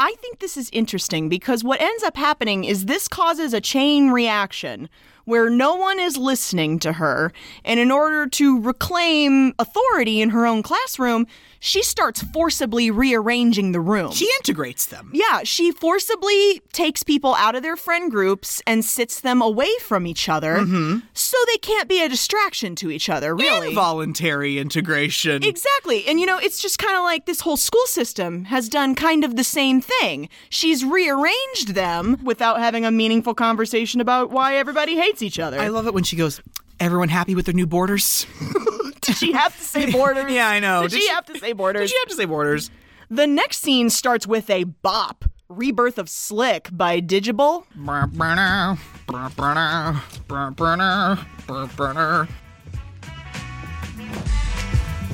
[SPEAKER 1] I think this is interesting because what ends up happening is this causes a chain reaction where no one is listening to her. And in order to reclaim authority in her own classroom, she starts forcibly rearranging the room.
[SPEAKER 2] She integrates them.
[SPEAKER 1] Yeah, she forcibly takes people out of their friend groups and sits them away from each other
[SPEAKER 2] Mm-hmm.
[SPEAKER 1] so they can't be a distraction to each other, really.
[SPEAKER 2] Involuntary integration.
[SPEAKER 1] Exactly. And you know, it's just kind of like this whole school system has done kind of the same thing. She's rearranged them without having a meaningful conversation about why everybody hates each other.
[SPEAKER 2] I love it when she goes, Everyone happy with their new borders?
[SPEAKER 1] Did she have to say borders?
[SPEAKER 2] *laughs* Yeah, I know.
[SPEAKER 1] Did,
[SPEAKER 2] Did
[SPEAKER 1] she,
[SPEAKER 2] she-
[SPEAKER 1] have to say borders?
[SPEAKER 2] *laughs* Did you have to say borders?
[SPEAKER 1] The next scene starts with a bop. Rebirth of Slick by Digible.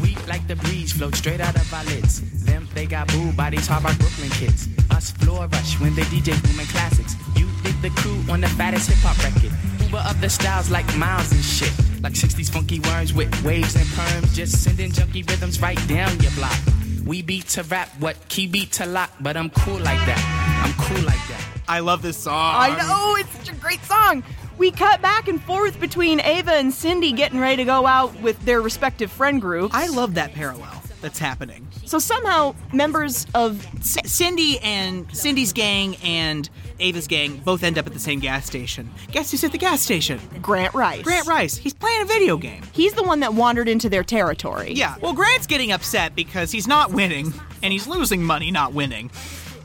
[SPEAKER 15] Weak like the breeze, float straight out of our lids. Them, they got boo bodies, hard rock Brooklyn kids. Us floor rush when they DJ booming classics. You dig the crew on the fattest hip hop record. Uber of the styles like miles and shit. Like 60s funky worms with waves and perms. Just sending junky rhythms right down your block. We beat to rap, what key beat to lock, but I'm cool like that. I'm cool like that.
[SPEAKER 2] I love this song.
[SPEAKER 1] I know, it's such a great song. We cut back and forth between Ava and Cindy getting ready to go out with their respective friend groups. I
[SPEAKER 2] love that parallel that's happening.
[SPEAKER 1] So somehow, members of
[SPEAKER 2] C- Cindy and Cindy's gang and Ava's gang both end up at the same gas station. Guess who's at the gas station?
[SPEAKER 1] Grant Rice.
[SPEAKER 2] Grant Rice. He's playing a video game.
[SPEAKER 1] He's the one that wandered into their territory.
[SPEAKER 2] Yeah. Well, Grant's getting upset because he's not winning and he's losing money not winning.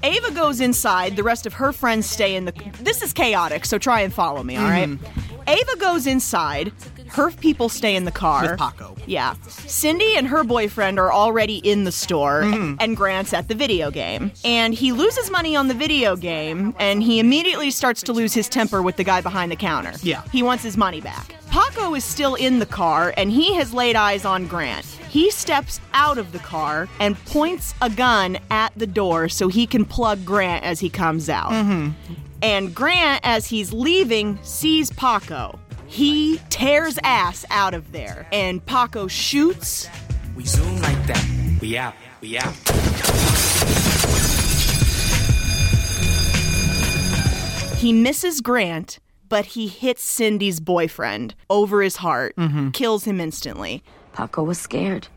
[SPEAKER 1] Ava goes inside. The rest of her friends stay in the. This is chaotic, so try and follow me, all right?
[SPEAKER 2] Mm-hmm.
[SPEAKER 1] Ava goes inside. Her people stay in the car.
[SPEAKER 2] With Paco.
[SPEAKER 1] Yeah. Cindy and her boyfriend are already in the store, and Grant's at the video game. And he loses money on the video game, and he immediately starts to lose his temper with the guy behind the counter.
[SPEAKER 2] Yeah.
[SPEAKER 1] He wants his money back. Paco is still in the car, and he has laid eyes on Grant. He steps out of the car and points a gun at the door so he can plug Grant as he comes out. And Grant, as he's leaving, sees Paco. He tears ass out of there, and Paco shoots.
[SPEAKER 15] We zoom like that. We out. We out.
[SPEAKER 1] He misses Grant, but he hits Cindy's boyfriend over his heart,
[SPEAKER 15] Mm-hmm.
[SPEAKER 1] kills him instantly.
[SPEAKER 3] Paco was scared.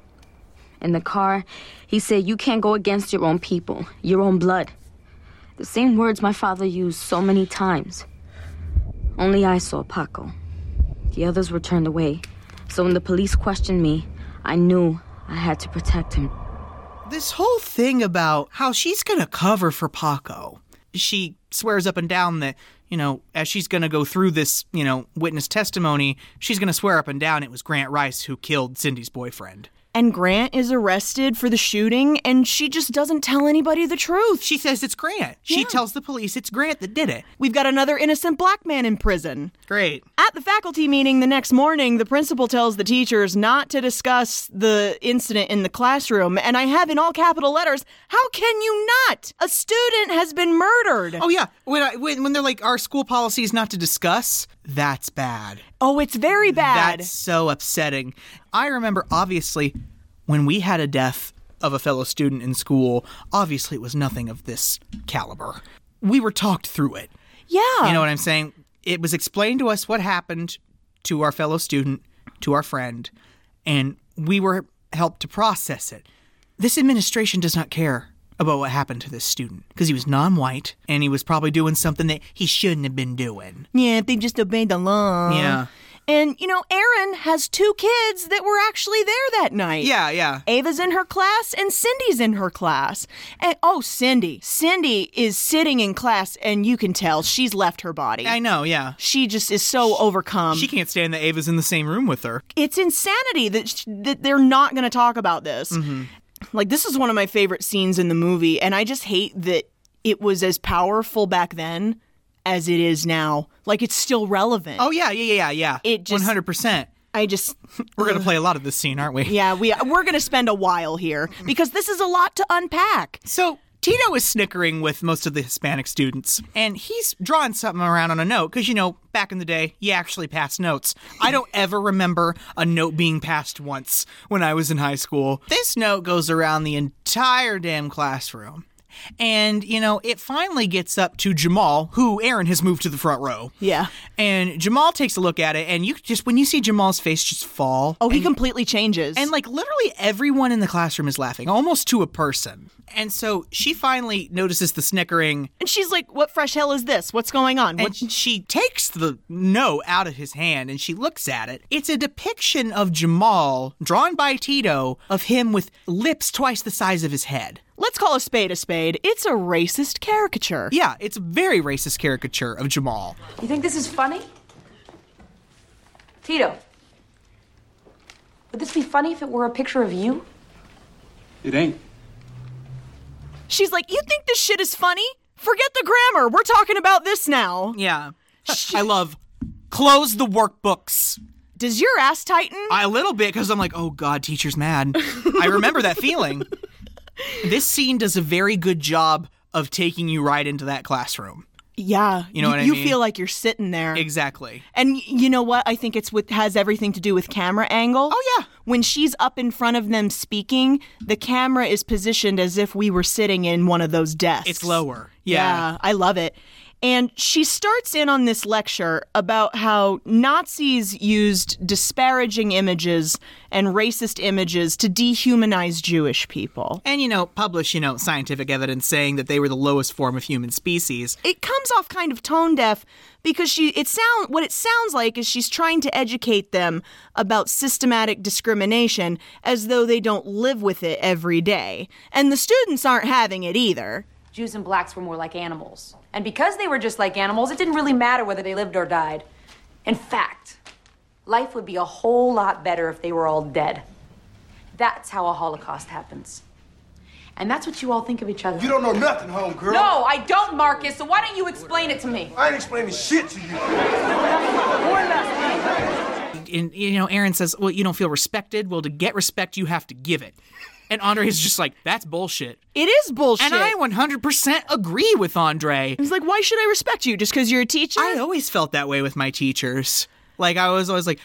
[SPEAKER 3] In the car, he said, You can't go against your own people, your own blood. The same words my father used so many times. Only I saw Paco. The others were turned away. So when the police questioned me, I knew I had to protect him.
[SPEAKER 2] This whole thing about how she's going to cover for Paco. She swears up and down that, you know, as she's going to go through this, you know, witness testimony, she's going to swear up and down it was Grant Rice who killed Cindy's boyfriend.
[SPEAKER 1] And Grant is arrested for the shooting, and she just doesn't tell anybody the truth.
[SPEAKER 2] She says it's Grant. She tells the police it's Grant that did it.
[SPEAKER 1] We've got another innocent black man in prison.
[SPEAKER 2] Great.
[SPEAKER 1] At the faculty meeting the next morning, the principal tells the teachers not to discuss the incident in the classroom, and I have in all capital letters, How can you not? A student has been murdered.
[SPEAKER 2] Oh yeah, when I, when when they're like our school policy is not to discuss, that's bad.
[SPEAKER 1] Oh, it's very bad.
[SPEAKER 2] That's so upsetting. I remember obviously when we had a death of a fellow student in school, obviously it was nothing of this caliber. We were talked through it.
[SPEAKER 1] yeah.
[SPEAKER 2] You know what I'm saying? It was explained to us what happened to our fellow student, to our friend, and we were helped to process it. This administration does not care about what happened to this student because he was non white and he was probably doing something that he shouldn't have been doing.
[SPEAKER 1] Yeah, they just obeyed the law.
[SPEAKER 2] Yeah.
[SPEAKER 1] And, you know, Aaron has two kids that were actually there that night.
[SPEAKER 2] Yeah, yeah.
[SPEAKER 1] Ava's in her class and Cindy's in her class. And oh, Cindy. Cindy is sitting in class and you can tell she's left her body.
[SPEAKER 2] I know, yeah.
[SPEAKER 1] She just is so overcome.
[SPEAKER 2] She can't stand that Ava's in the same room with her.
[SPEAKER 1] it's insanity that, sh- that they're not going to talk about this. Like, this is one of my favorite scenes in the movie, and I just hate that it was as powerful back then as it is now. Like, it's still relevant.
[SPEAKER 2] Oh, yeah, yeah, yeah, yeah.
[SPEAKER 1] It just-
[SPEAKER 2] 100%.
[SPEAKER 1] I just,
[SPEAKER 2] We're going to play a lot of this scene, aren't we?
[SPEAKER 1] yeah, we we're going to spend a while here because this is a lot to unpack.
[SPEAKER 2] So Tito is snickering with most of the Hispanic students, and he's drawing something around on a note because you know back in the day you actually passed notes. I don't ever remember a note being passed once when I was in high school. This note goes around the entire damn classroom. And, you know, it finally gets up to Jamal, who Aaron has moved to the front row.
[SPEAKER 1] Yeah.
[SPEAKER 2] And Jamal takes a look at it, and you just, when you see Jamal's face just fall.
[SPEAKER 1] Oh, he completely changes.
[SPEAKER 2] And like literally everyone in the classroom is laughing, almost to a person. And so she finally notices the snickering
[SPEAKER 1] and she's like, "What fresh hell is this? What's going on?"
[SPEAKER 2] and
[SPEAKER 1] What,
[SPEAKER 2] she takes the note out of his hand and she looks at it. It's a depiction of Jamal, drawn by Tito, of him with lips twice the size of his head.
[SPEAKER 1] let's call a spade a spade. It's a racist caricature.
[SPEAKER 2] Yeah, it's a very racist caricature of Jamal.
[SPEAKER 13] You think this is funny? Tito, would this be funny if it were a picture of you?
[SPEAKER 16] It ain't.
[SPEAKER 1] She's like, "You think this shit is funny? Forget the grammar. We're talking about this now."
[SPEAKER 2] Yeah. I love close the workbooks.
[SPEAKER 1] Does your ass tighten?
[SPEAKER 2] I, a little bit because I'm like, oh god, teacher's mad. I remember that feeling. This scene does a very good job of taking you right into that classroom.
[SPEAKER 1] Yeah.
[SPEAKER 2] You know
[SPEAKER 1] y-
[SPEAKER 2] what I
[SPEAKER 1] you
[SPEAKER 2] mean?
[SPEAKER 1] feel like you're sitting there.
[SPEAKER 2] Exactly.
[SPEAKER 1] And y- you know what? I think it's with has everything to do with camera angle. Oh
[SPEAKER 2] yeah.
[SPEAKER 1] When she's up in front of them speaking, the camera is positioned as if we were sitting in one of those desks.
[SPEAKER 2] It's lower.
[SPEAKER 1] Yeah. I love it. And she starts in on this lecture about how Nazis used disparaging images and racist images to dehumanize Jewish people.
[SPEAKER 2] And you know, publish you know scientific evidence saying that they were the lowest form of human species.
[SPEAKER 1] It comes off kind of tone deaf because she it sound what it sounds like is she's trying to educate them about systematic discrimination as though they don't live with it every day. And the students aren't having it either.
[SPEAKER 13] Jews and blacks were more like animals. And because they were just like animals, it didn't really matter whether they lived or died. In fact, life would be a whole lot better if they were all dead. That's how a Holocaust happens. And that's what you all think of each other.
[SPEAKER 9] You don't know nothing, homegirl.
[SPEAKER 13] No, I don't, Marcus, so why don't you explain it to me?
[SPEAKER 9] I ain't explaining shit to you.
[SPEAKER 2] And you know, Aaron says, "Well, you don't feel respected. Well, to get respect, you have to give it." And Andre is just like, "That's bullshit."
[SPEAKER 1] It is bullshit.
[SPEAKER 2] And I 100% agree with Andre.
[SPEAKER 1] He's like, why should I respect you just because you're a teacher?
[SPEAKER 2] I always felt that way with my teachers. Like I was always like,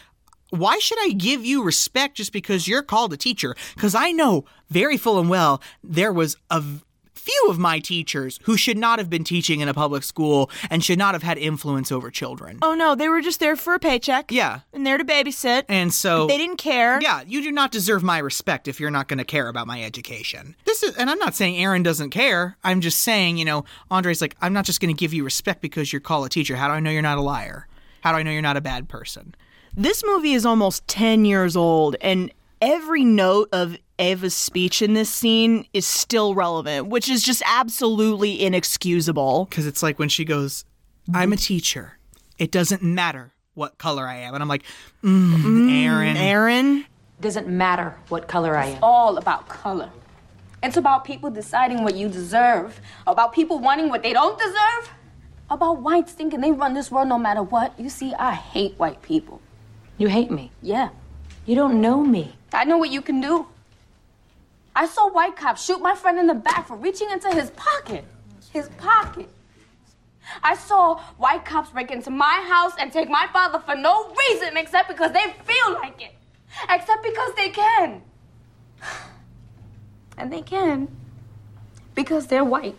[SPEAKER 2] why should I give you respect just because you're called a teacher? Because I know very full and well there was a v- few of my teachers who should not have been teaching in a public school and should not have had influence over children.
[SPEAKER 1] Oh no, they were just there for a paycheck.
[SPEAKER 2] Yeah.
[SPEAKER 1] And there to babysit.
[SPEAKER 2] And so
[SPEAKER 1] they didn't care.
[SPEAKER 2] Yeah, you do not deserve my respect if you're not going to care about my education. This is, and I'm not saying Aaron doesn't care. I'm just saying, you know, Andre's like, I'm not just going to give you respect because you're called a teacher. How do I know you're not a liar? How do I know you're not a bad person?
[SPEAKER 1] This movie is almost 10 years old, and every note of Eva's speech in this scene is still relevant, which is just absolutely inexcusable.
[SPEAKER 2] Because it's like when she goes, I'm a teacher. It doesn't matter what color I am. And I'm like, mm, Aaron.
[SPEAKER 1] Aaron?
[SPEAKER 13] Doesn't matter what color I am.
[SPEAKER 14] all about color. It's about people deciding what you deserve, about people wanting what they don't deserve, about whites thinking they run this world no matter what. You see, I hate white people.
[SPEAKER 13] You hate me.
[SPEAKER 14] Yeah,
[SPEAKER 13] You don't know me.
[SPEAKER 14] I know what you can do. I saw white cops shoot my friend in the back for reaching into his pocket. His pocket. I saw white cops break into my house and take my father for no reason except because they feel like it. Except because they can. *sighs* And they can. Because they're white.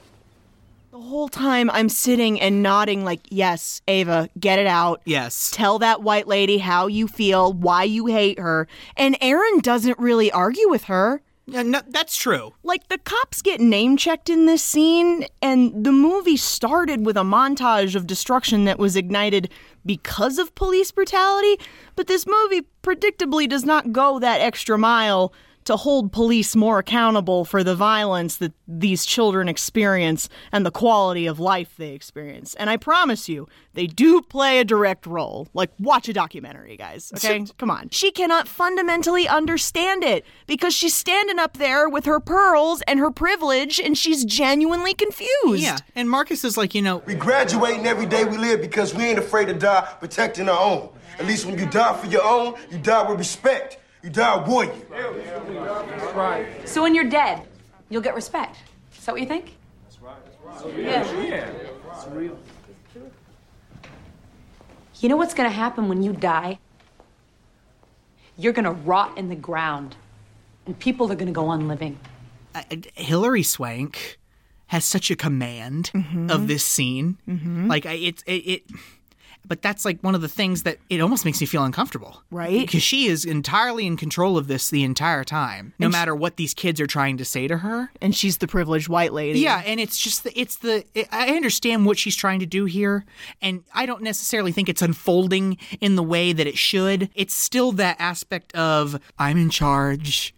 [SPEAKER 1] The whole time I'm sitting and nodding, like, yes, Ava, get it out.
[SPEAKER 2] Yes.
[SPEAKER 1] Tell that white lady how you feel, why you hate her. And Aaron doesn't really argue with her.
[SPEAKER 2] Yeah, no, that's true.
[SPEAKER 1] Like the cops get name checked in this scene, and the movie started with a montage of destruction that was ignited because of police brutality. But this movie predictably does not go that extra mile to hold police more accountable for the violence that these children experience and the quality of life they experience. And I promise you, they do play a direct role. Like, watch a documentary, guys. Okay? Come on. She cannot fundamentally understand it because she's standing up there with her pearls and her privilege and she's genuinely confused.
[SPEAKER 2] Yeah. And Marcus is like, you know,
[SPEAKER 9] We graduating every day we live because we ain't afraid to die protecting our own. At least when you die for your own, you die with respect. You die warrior.
[SPEAKER 13] Right. So when you're dead, you'll get respect. Is that what you think?
[SPEAKER 8] Yeah.
[SPEAKER 13] You know what's gonna happen when you die? You're gonna rot in the ground, and people are gonna go on living.
[SPEAKER 2] Hillary Swank has such a command
[SPEAKER 1] Mm-hmm.
[SPEAKER 2] of this scene. Like I, it, it, it, but that's like one of the things that it almost makes me feel uncomfortable,
[SPEAKER 1] Right.
[SPEAKER 2] Because she is entirely in control of this the entire time, no
[SPEAKER 1] And she-
[SPEAKER 2] matter what these kids are trying to say to her.
[SPEAKER 1] And she's the privileged white lady.
[SPEAKER 2] Yeah, and it's just the, it's the it, I understand what she's trying to do here, and I don't necessarily think it's unfolding in the way that it should. It's still that aspect of I'm in charge.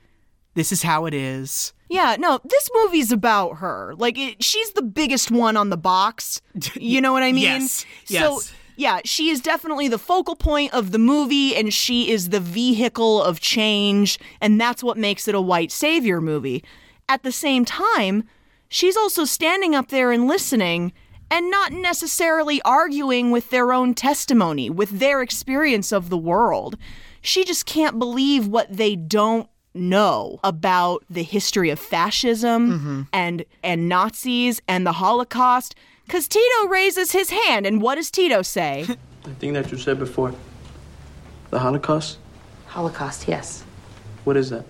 [SPEAKER 2] This is how it is.
[SPEAKER 1] Yeah, no, this movie's about her. Like, it, she's the biggest one on the
[SPEAKER 2] *laughs*
[SPEAKER 1] box. You know what I mean?
[SPEAKER 2] Yes,
[SPEAKER 1] So,
[SPEAKER 2] yes.
[SPEAKER 1] yeah, she is definitely the focal point of the movie, and she is the vehicle of change, and that's what makes it a white savior movie. At the same time, she's also standing up there and listening and not necessarily arguing with their own testimony, with their experience of the world. She just can't believe what they don't know about the history of fascism and and Nazis and the Holocaust Because Tito raises his hand, and what does Tito say?
[SPEAKER 16] The thing that you said before. The Holocaust?
[SPEAKER 10] Holocaust, yes.
[SPEAKER 16] What is that?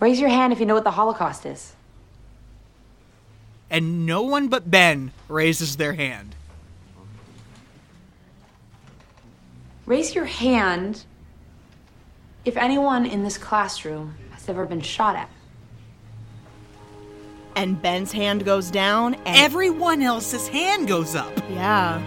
[SPEAKER 10] Raise your hand if you know what the Holocaust is.
[SPEAKER 2] And no one but Ben raises their hand.
[SPEAKER 10] Raise your hand if anyone in this classroom has ever been shot at.
[SPEAKER 1] And Ben's hand goes down, and
[SPEAKER 2] everyone else's hand goes up.
[SPEAKER 1] Yeah.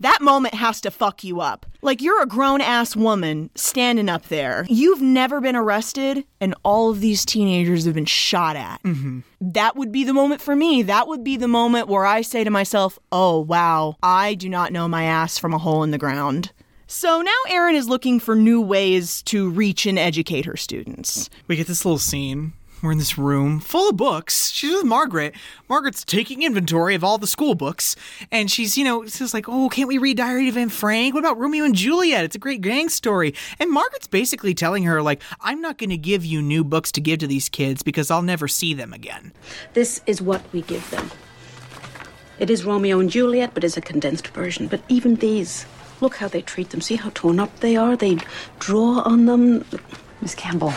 [SPEAKER 1] That moment has to fuck you up. Like, you're a grown ass woman standing up there. You've never been arrested, and all of these teenagers have been shot at.
[SPEAKER 2] Mm-hmm.
[SPEAKER 1] That would be the moment for me. That would be the moment where I say to myself, oh, wow, I do not know my ass from a hole in the ground. So now Erin is looking for new ways to reach and educate her students.
[SPEAKER 2] We get this little scene. We're in this room full of books. She's with Margaret. Margaret's taking inventory of all the school books, and she's, you know, says like, "Oh, can't we read Diary of Anne Frank? What about Romeo and Juliet? It's a great gang story." And Margaret's basically telling her like, "I'm not going to give you new books to give to these kids because I'll never see them again."
[SPEAKER 7] This is what we give them. It is Romeo and Juliet, but it's a condensed version. But even these, look how they treat them. See how torn up they are. They draw on them.
[SPEAKER 10] Miss Campbell,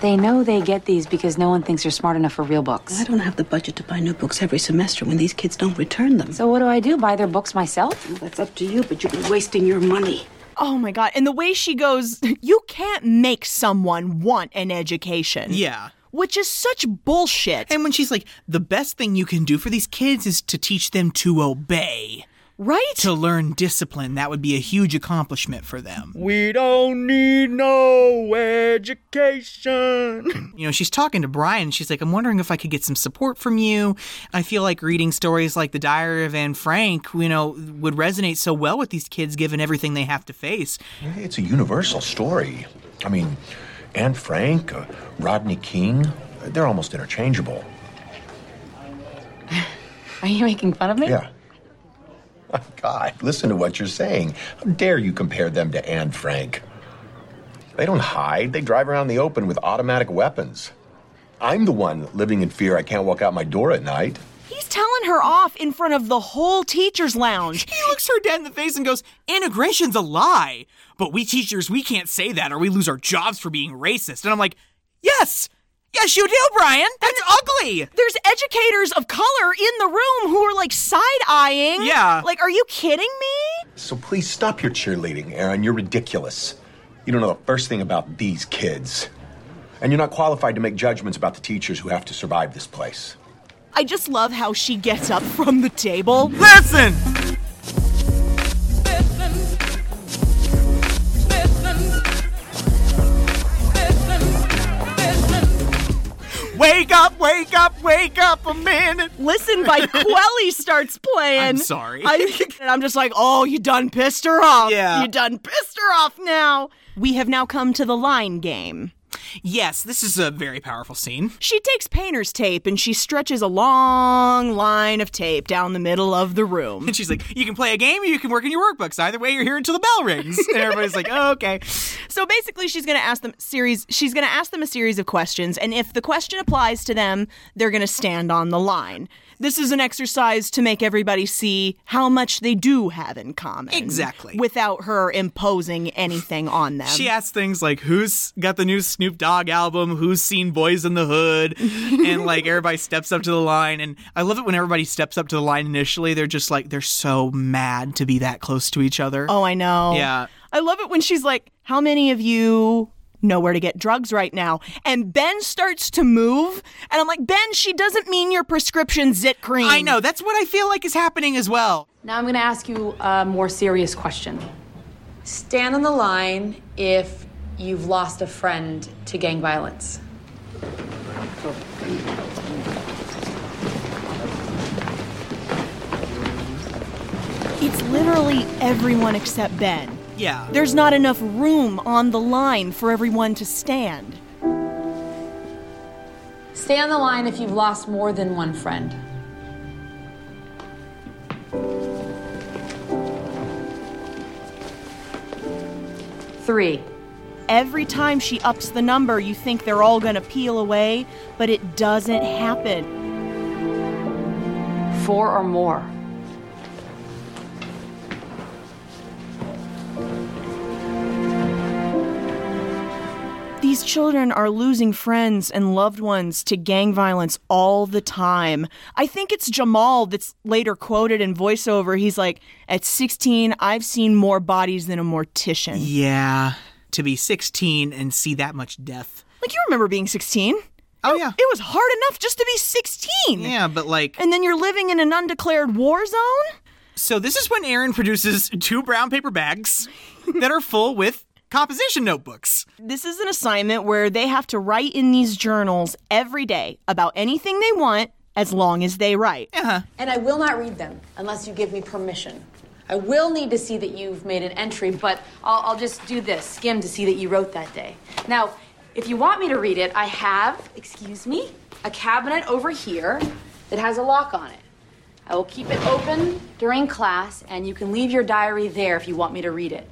[SPEAKER 10] they know they get these because no one thinks they're smart enough for real books.
[SPEAKER 7] I don't have the budget to buy new books every semester when these kids don't return them.
[SPEAKER 10] So what do I do? Buy their books myself?
[SPEAKER 7] Well, that's up to you, but you'll be wasting your money.
[SPEAKER 1] Oh my God. And the way she goes, *laughs* you can't make someone want an education.
[SPEAKER 2] Yeah.
[SPEAKER 1] Which is such bullshit.
[SPEAKER 2] And when she's like, the best thing you can do for these kids is to teach them to obey.
[SPEAKER 1] Right?
[SPEAKER 2] To learn discipline, that would be a huge accomplishment for them.
[SPEAKER 17] We don't need no education.
[SPEAKER 2] *clears throat* You know, she's talking to Brian. She's like, I'm wondering if I could get some support from you. I feel like reading stories like The Diary of Anne Frank, you know, would resonate so well with these kids given everything they have to face.
[SPEAKER 11] It's a universal story. I mean, Anne Frank, uh, Rodney King, they're almost interchangeable.
[SPEAKER 10] Are you making fun of me?
[SPEAKER 11] Yeah. My *laughs* God, listen to what you're saying. How dare you compare them to Anne Frank? They don't hide, they drive around the open with automatic weapons. I'm the one living in fear I can't walk out my door at night.
[SPEAKER 1] He's telling her off in front of the whole teacher's lounge.
[SPEAKER 2] He looks her dead in the face and goes, Integration's a lie. But we teachers, we can't say that or we lose our jobs for being racist. And I'm like, Yes! Yes, you do, Brian. That's ugly.
[SPEAKER 1] There's educators of color in the room who are like side eyeing.
[SPEAKER 2] Yeah.
[SPEAKER 1] Like, are you kidding me?
[SPEAKER 11] So please stop your cheerleading, Aaron. You're ridiculous. You don't know the first thing about these kids. And you're not qualified to make judgments about the teachers who have to survive this place.
[SPEAKER 1] I just love how she gets up from the table.
[SPEAKER 2] Listen! Wake up, wake up, wake up a minute.
[SPEAKER 1] Listen *laughs* by Quelly starts playing.
[SPEAKER 2] I'm sorry.
[SPEAKER 1] I, *laughs* and I'm just like, oh, you done pissed her off.
[SPEAKER 2] Yeah.
[SPEAKER 1] You done pissed her off now. We have now come to the line game.
[SPEAKER 2] Yes, this is a very powerful scene. *laughs*
[SPEAKER 1] She takes painter's tape and she stretches a long line of tape down the middle of the
[SPEAKER 2] *laughs*
[SPEAKER 1] room.
[SPEAKER 2] And she's like, You can play a game or you can work in your workbooks. Either way, you're here until the bell rings. And everybody's like, oh, Okay.
[SPEAKER 1] So basically, she's going to ask them series. She's going to ask them a series of questions, and if the question applies to them, they're going to stand on the line. This is an exercise to make everybody see how much they do have in common.
[SPEAKER 2] Exactly.
[SPEAKER 1] Without her imposing anything on them.
[SPEAKER 2] She asks things like, Who's got the new Snoop Dogg album? Who's seen Boys in
[SPEAKER 1] *laughs*
[SPEAKER 2] the Hood? and like everybody steps up to the line. And I love it when everybody steps up to the line initially. They're just like, they're so mad to be that close to each other.
[SPEAKER 1] Oh, I know.
[SPEAKER 2] Yeah.
[SPEAKER 1] I love it when she's like, How many of you know where to get drugs right now? And Ben starts to move. And I'm like, Ben, she doesn't mean your prescription zit cream.
[SPEAKER 2] I know. That's what I feel like is happening as well.
[SPEAKER 10] Now I'm going to ask you a more serious question. Stand on the line if you've lost a friend to gang violence.
[SPEAKER 1] It's literally everyone except Ben.
[SPEAKER 2] Yeah.
[SPEAKER 1] There's not enough room on the line for everyone to stand.
[SPEAKER 10] Stay on the line if you've lost more than one friend. three.
[SPEAKER 1] Every time she ups the number, you think they're all going to peel away, but it doesn't happen.
[SPEAKER 10] Four or more.
[SPEAKER 1] These children are losing friends and loved ones to gang violence all the time. I think it's Jamal that's later quoted in voiceover. He's like, At 16, I've seen more bodies than a mortician.
[SPEAKER 2] Yeah, to be 16 and see that much death.
[SPEAKER 1] Like, you remember being 16?
[SPEAKER 2] Oh, yeah.
[SPEAKER 1] It was hard enough just to be 16.
[SPEAKER 2] Yeah, but like.
[SPEAKER 1] And then you're living in an undeclared war zone?
[SPEAKER 2] So this is when Aaron produces two brown paper bags that are full with composition notebooks.
[SPEAKER 1] This is an assignment where they have to write in these journals every day about anything they want as long as they write.
[SPEAKER 2] Uh-huh.
[SPEAKER 10] And I will not read them unless you give me permission. I will need to see that you've made an entry, but I'll, I'll just do this skim to see that you wrote that day. Now, if you want me to read it, I have, excuse me, a cabinet over here that has a lock on it. I will keep it open during class, and you can leave your diary there if you want me to read it.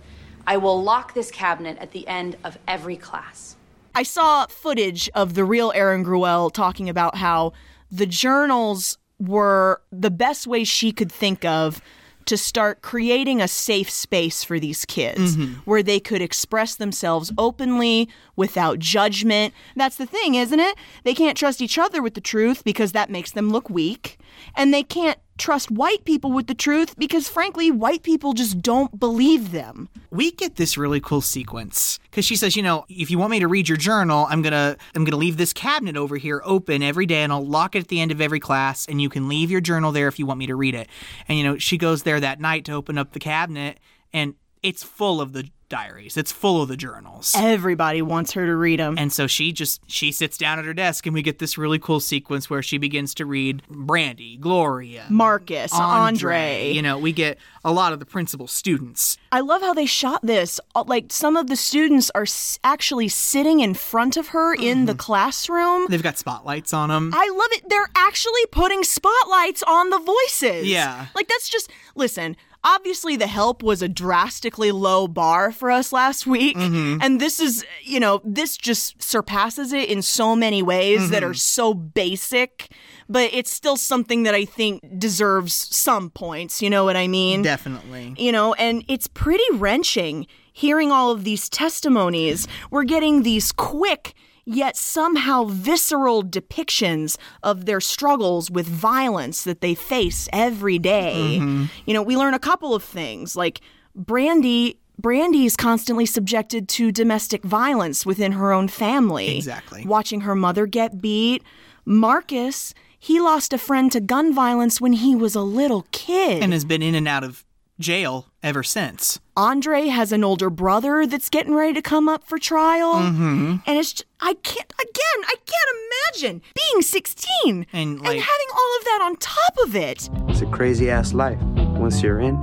[SPEAKER 10] I will lock this cabinet at the end of every class.
[SPEAKER 1] I saw footage of the real Erin Gruel talking about how the journals were the best way she could think of to start creating a safe space for these kids
[SPEAKER 2] Mhm.
[SPEAKER 1] where they could express themselves openly without judgment. That's the thing, isn't it? They can't trust each other with the truth because that makes them look weak, and they can't trust white people with the truth because frankly white people just don't believe them.
[SPEAKER 2] We get this really cool sequence because she says, you know, if you want me to read your journal, I'm gonna I'm gonna leave this cabinet over here open every day, and I'll lock it at the end of every class, and you can leave your journal there if you want me to read it. And you know, she goes there that night to open up the cabinet, and it's full of the diaries. It's full of the journals.
[SPEAKER 1] Everybody wants her to read them.
[SPEAKER 2] And so she just she sits down at her desk and we get this really cool sequence where she begins to read Brandy, Gloria,
[SPEAKER 1] Marcus, Andre.
[SPEAKER 2] You know, we get a lot of the principal students.
[SPEAKER 1] I love how they shot this. Uh, Like some of the students are s- actually sitting in front of her in the classroom.
[SPEAKER 2] They've got spotlights on them.
[SPEAKER 1] I love it. They're actually putting spotlights on the voices.
[SPEAKER 2] Yeah.
[SPEAKER 1] Like that's just listen. Obviously, the help was a drastically low bar for us last week.
[SPEAKER 2] Mhm.
[SPEAKER 1] And this is, you know, this just surpasses it in so many ways that
[SPEAKER 2] Mhm.
[SPEAKER 1] are so basic, but it's still something that I think deserves some points. You know what I mean?
[SPEAKER 2] Definitely.
[SPEAKER 1] You know, and it's pretty wrenching hearing all of these testimonies. We're getting these quick yet somehow visceral depictions of their struggles with violence that they face every day.
[SPEAKER 2] Mhm.
[SPEAKER 1] You know, we learn a couple of things like Brandy Brandy is constantly subjected to domestic violence within her own family. Exactly. Watching her mother get beat. Marcus, he lost a friend to gun violence when he was a little kid.
[SPEAKER 2] and has been in and out of jail ever since.
[SPEAKER 1] Andre has an older brother that's getting ready to come up for trial.
[SPEAKER 2] Mhm.
[SPEAKER 1] And it's, I can't, again, I can't imagine being 16
[SPEAKER 16] And,
[SPEAKER 1] and having all of that on top of it.
[SPEAKER 16] It's a crazy ass life. Once you're in,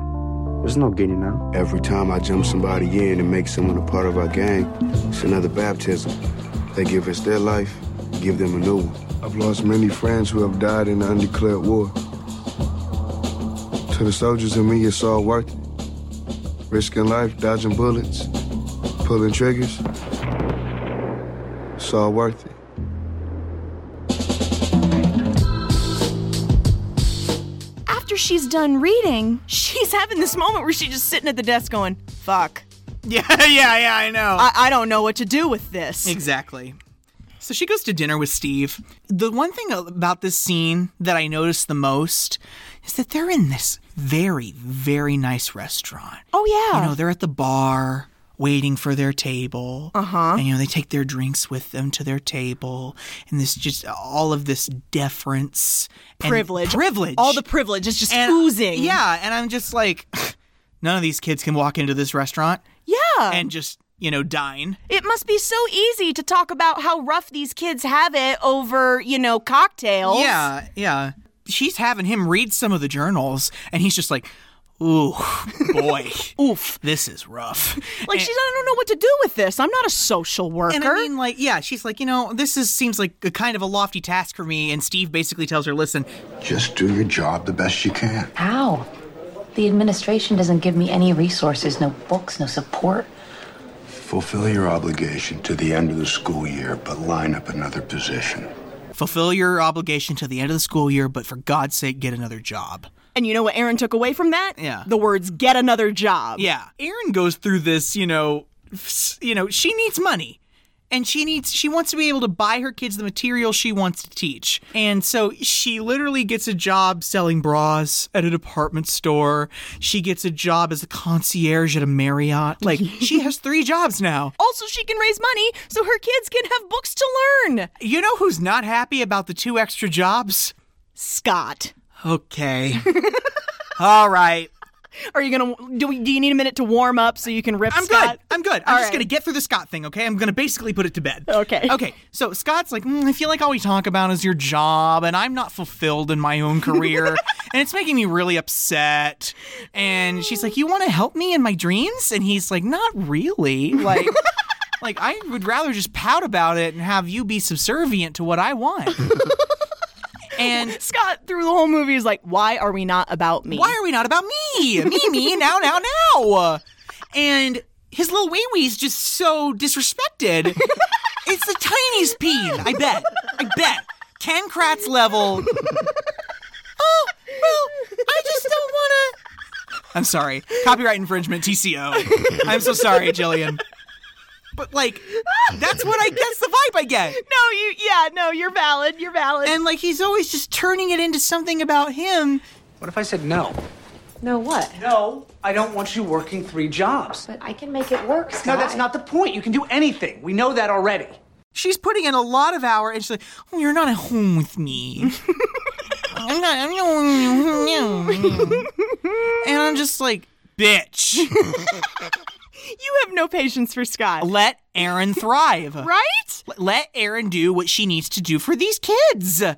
[SPEAKER 16] there's no getting out.
[SPEAKER 12] Every time I jump somebody in and make someone a part of our gang, it's another baptism. They give us their life, give them a new one. I've lost many friends who have died in the undeclared war. To the soldiers and me, it's all worth it. Risking life, dodging bullets, pulling triggers. It's all worth it.
[SPEAKER 1] After she's done reading, *laughs* she's having this moment where she's just sitting at the desk going, fuck.
[SPEAKER 2] Yeah, yeah, yeah, I know.
[SPEAKER 1] I, I don't know what to do with this.
[SPEAKER 2] Exactly. So she goes to dinner with Steve. The one thing about this scene that I noticed the most is that they're in this very, very nice restaurant.
[SPEAKER 1] Oh, yeah.
[SPEAKER 2] You know, they're at the bar waiting for their table. Uh huh. And, you know, they take their drinks with them to their table. And this just all of this deference and
[SPEAKER 1] Privilege.
[SPEAKER 2] Privilege.
[SPEAKER 1] All the privilege is just
[SPEAKER 2] And- uh,
[SPEAKER 1] oozing.
[SPEAKER 2] Yeah. And I'm just like, *sighs* none of these kids can walk into this restaurant.
[SPEAKER 1] Yeah.
[SPEAKER 2] And just, you know, dine.
[SPEAKER 1] It must be so easy to talk about how rough these kids have it over, you know, cocktails.
[SPEAKER 2] Yeah, yeah. She's having him read some of the journals, and he's just like, ooh, *laughs* boy. Oof. This is rough.
[SPEAKER 1] Like, she's, I don't know what to do with this. I'm not a social worker.
[SPEAKER 2] And I mean, like, yeah, she's like, you know, this is seems like a kind of a lofty task for me. And Steve basically tells her, listen,
[SPEAKER 12] Just do your job the best you can.
[SPEAKER 3] How? The administration doesn't give me any resources, no books, no support.
[SPEAKER 12] Fulfill your obligation to the end of the school year, but line up another position.
[SPEAKER 2] Fulfill your obligation to the end of the school year, but for God's sake, get another job.
[SPEAKER 1] And you know what Aaron took away from that?
[SPEAKER 2] Yeah.
[SPEAKER 1] The words get another job.
[SPEAKER 2] Yeah. Aaron goes through this, you know, s- you know, she needs money. And she needs she wants to be able to buy her kids the material she wants to teach. And so she literally gets a job selling bras at a department store. She gets a job as a concierge at a Marriott. Like she has three jobs now.
[SPEAKER 1] Also, she can raise money so her kids can have books to learn.
[SPEAKER 2] You know who's not happy about the two extra jobs?
[SPEAKER 1] Scott.
[SPEAKER 2] Okay. All right.
[SPEAKER 1] Are you gonna do? We, do you need a minute to warm up so you can rip?
[SPEAKER 2] I'm
[SPEAKER 1] Scott?
[SPEAKER 2] good. I'm good. I'm
[SPEAKER 1] All
[SPEAKER 2] just
[SPEAKER 1] right.
[SPEAKER 2] gonna get through the Scott thing, okay? I'm gonna basically put it to bed.
[SPEAKER 1] Okay.
[SPEAKER 2] Okay. So Scott's like, "Mm, I feel like all we talk about is your job, and I'm not fulfilled in my
[SPEAKER 1] *laughs*
[SPEAKER 2] own career, and it's making me really upset. And she's like, You want to help me in my dreams? And he's like, Not
[SPEAKER 1] *laughs*
[SPEAKER 2] really. Like. Like I would rather just pout about it and have you be subservient to what I want.
[SPEAKER 1] *laughs* And Scott through the whole movie is like, "Why are we not about me?
[SPEAKER 2] Why are we not about me? Me, me, *laughs* now, now, now. And his little wee wee's just so disrespected. it's the tiniest peen, I bet. I bet. Ken Kratz level. oh, well, I just don't want to. I'm sorry. Copyright infringement, TCO. I'm so sorry, Jillian. But like, that's what I. That's the vibe I get.
[SPEAKER 1] No, you. Yeah, no, you're valid. You're valid.
[SPEAKER 2] And like, he's always just turning it into something about him.
[SPEAKER 6] What if I said no?
[SPEAKER 13] No, what?
[SPEAKER 6] No, I don't want you working three jobs.
[SPEAKER 13] But I can make it work, Scott.
[SPEAKER 6] No, that's not the point. You can do anything. We know that already.
[SPEAKER 2] she's putting in a lot of hour and she's like, oh, you're not at home with me. I'm not, I'm not, and I'm just like, bitch,
[SPEAKER 1] you have no patience for Scott,
[SPEAKER 2] let Aaron thrive.
[SPEAKER 1] right?
[SPEAKER 2] Let- Let Aaron do what she needs to do for these kids.
[SPEAKER 1] I,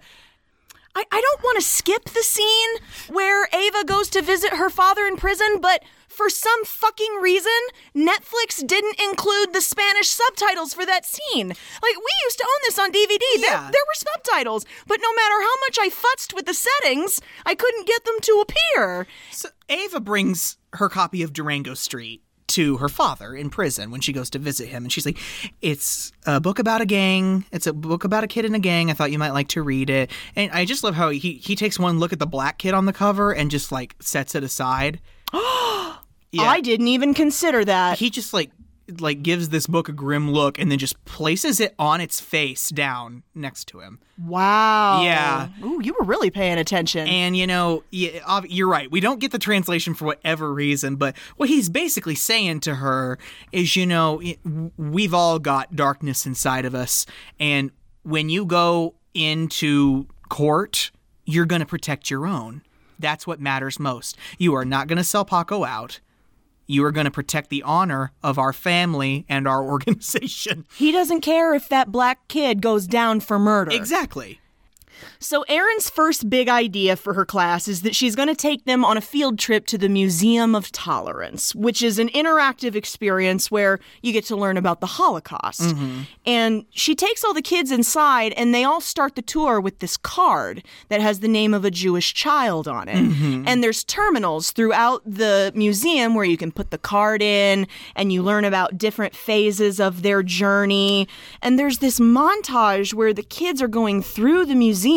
[SPEAKER 1] I don't want to skip the scene where Ava goes to visit her father in prison, but for some fucking reason, Netflix didn't include the Spanish subtitles for that scene. Like, we used to own this on DVD. There,
[SPEAKER 2] Yeah.
[SPEAKER 1] there were subtitles, but no matter how much I futzed with the settings, I couldn't get them to appear.
[SPEAKER 2] So Ava brings her copy of Durango Street to her father in prison when she goes to visit him and she's like it's a book about a gang it's a book about a kid in a gang i thought you might like to read it and i just love how he he takes one look at the black kid on the cover and just like sets it aside Yeah.
[SPEAKER 1] I didn't even consider that.
[SPEAKER 2] he just like like gives this book a grim look and then just places it on its face down next to him
[SPEAKER 1] Wow.
[SPEAKER 2] Yeah.
[SPEAKER 1] Ooh, you were really paying attention.
[SPEAKER 2] And you know, y- ob- you're right. We don't get the translation for whatever reason, but what he's basically saying to her is, you know, y- we've all got darkness inside of us, and when you go into court, you're going to protect your own. That's what matters most. You are not going to sell Paco out. You are going to protect the honor of our family and our *laughs* organization.
[SPEAKER 1] he doesn't care if that black kid goes down for murder.
[SPEAKER 2] Exactly.
[SPEAKER 1] So, Erin's first big idea for her class is that she's going to take them on a field trip to the Museum of Tolerance, which is an interactive experience where you get to learn about the Holocaust. And she takes all the kids inside, and they all start the tour with this card that has the name of a Jewish child on it.
[SPEAKER 2] Mm-hmm.
[SPEAKER 1] And there's terminals throughout the museum where you can put the card in and you learn about different phases of their journey. And there's this montage where the kids are going through the museum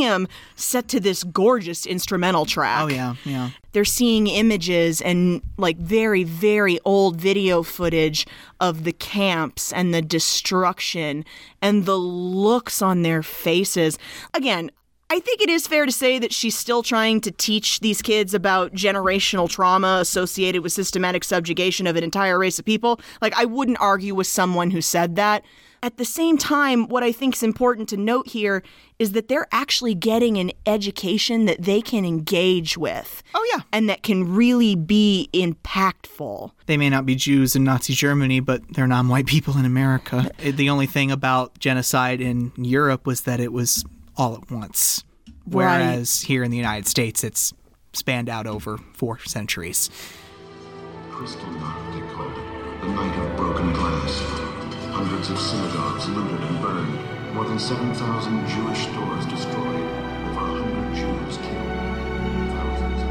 [SPEAKER 1] set to this gorgeous instrumental track.
[SPEAKER 2] Oh, yeah. Yeah.
[SPEAKER 1] They're seeing images and like very, very old video footage of the camps and the destruction and the looks on their faces. Again, I think it is fair to say that she's still trying to teach these kids about generational trauma associated with systematic subjugation of an entire race of people. Like, I wouldn't argue with someone who said that. At the same time, what I think is important to note here is that they're actually getting an education that they can engage with
[SPEAKER 2] Oh, yeah.
[SPEAKER 1] and that can really be impactful.
[SPEAKER 2] they may not be Jews in Nazi Germany, but they're non white people in America. It- the only thing about genocide in Europe was that it was all at once. Whereas here in the United States, it's spanned out over four centuries.
[SPEAKER 18] Crystal Night, they called it. The night of broken glass. Hundreds of synagogues looted and burned. More than 7,000 Jewish stores destroyed. Over 100 Jews killed. Thousands of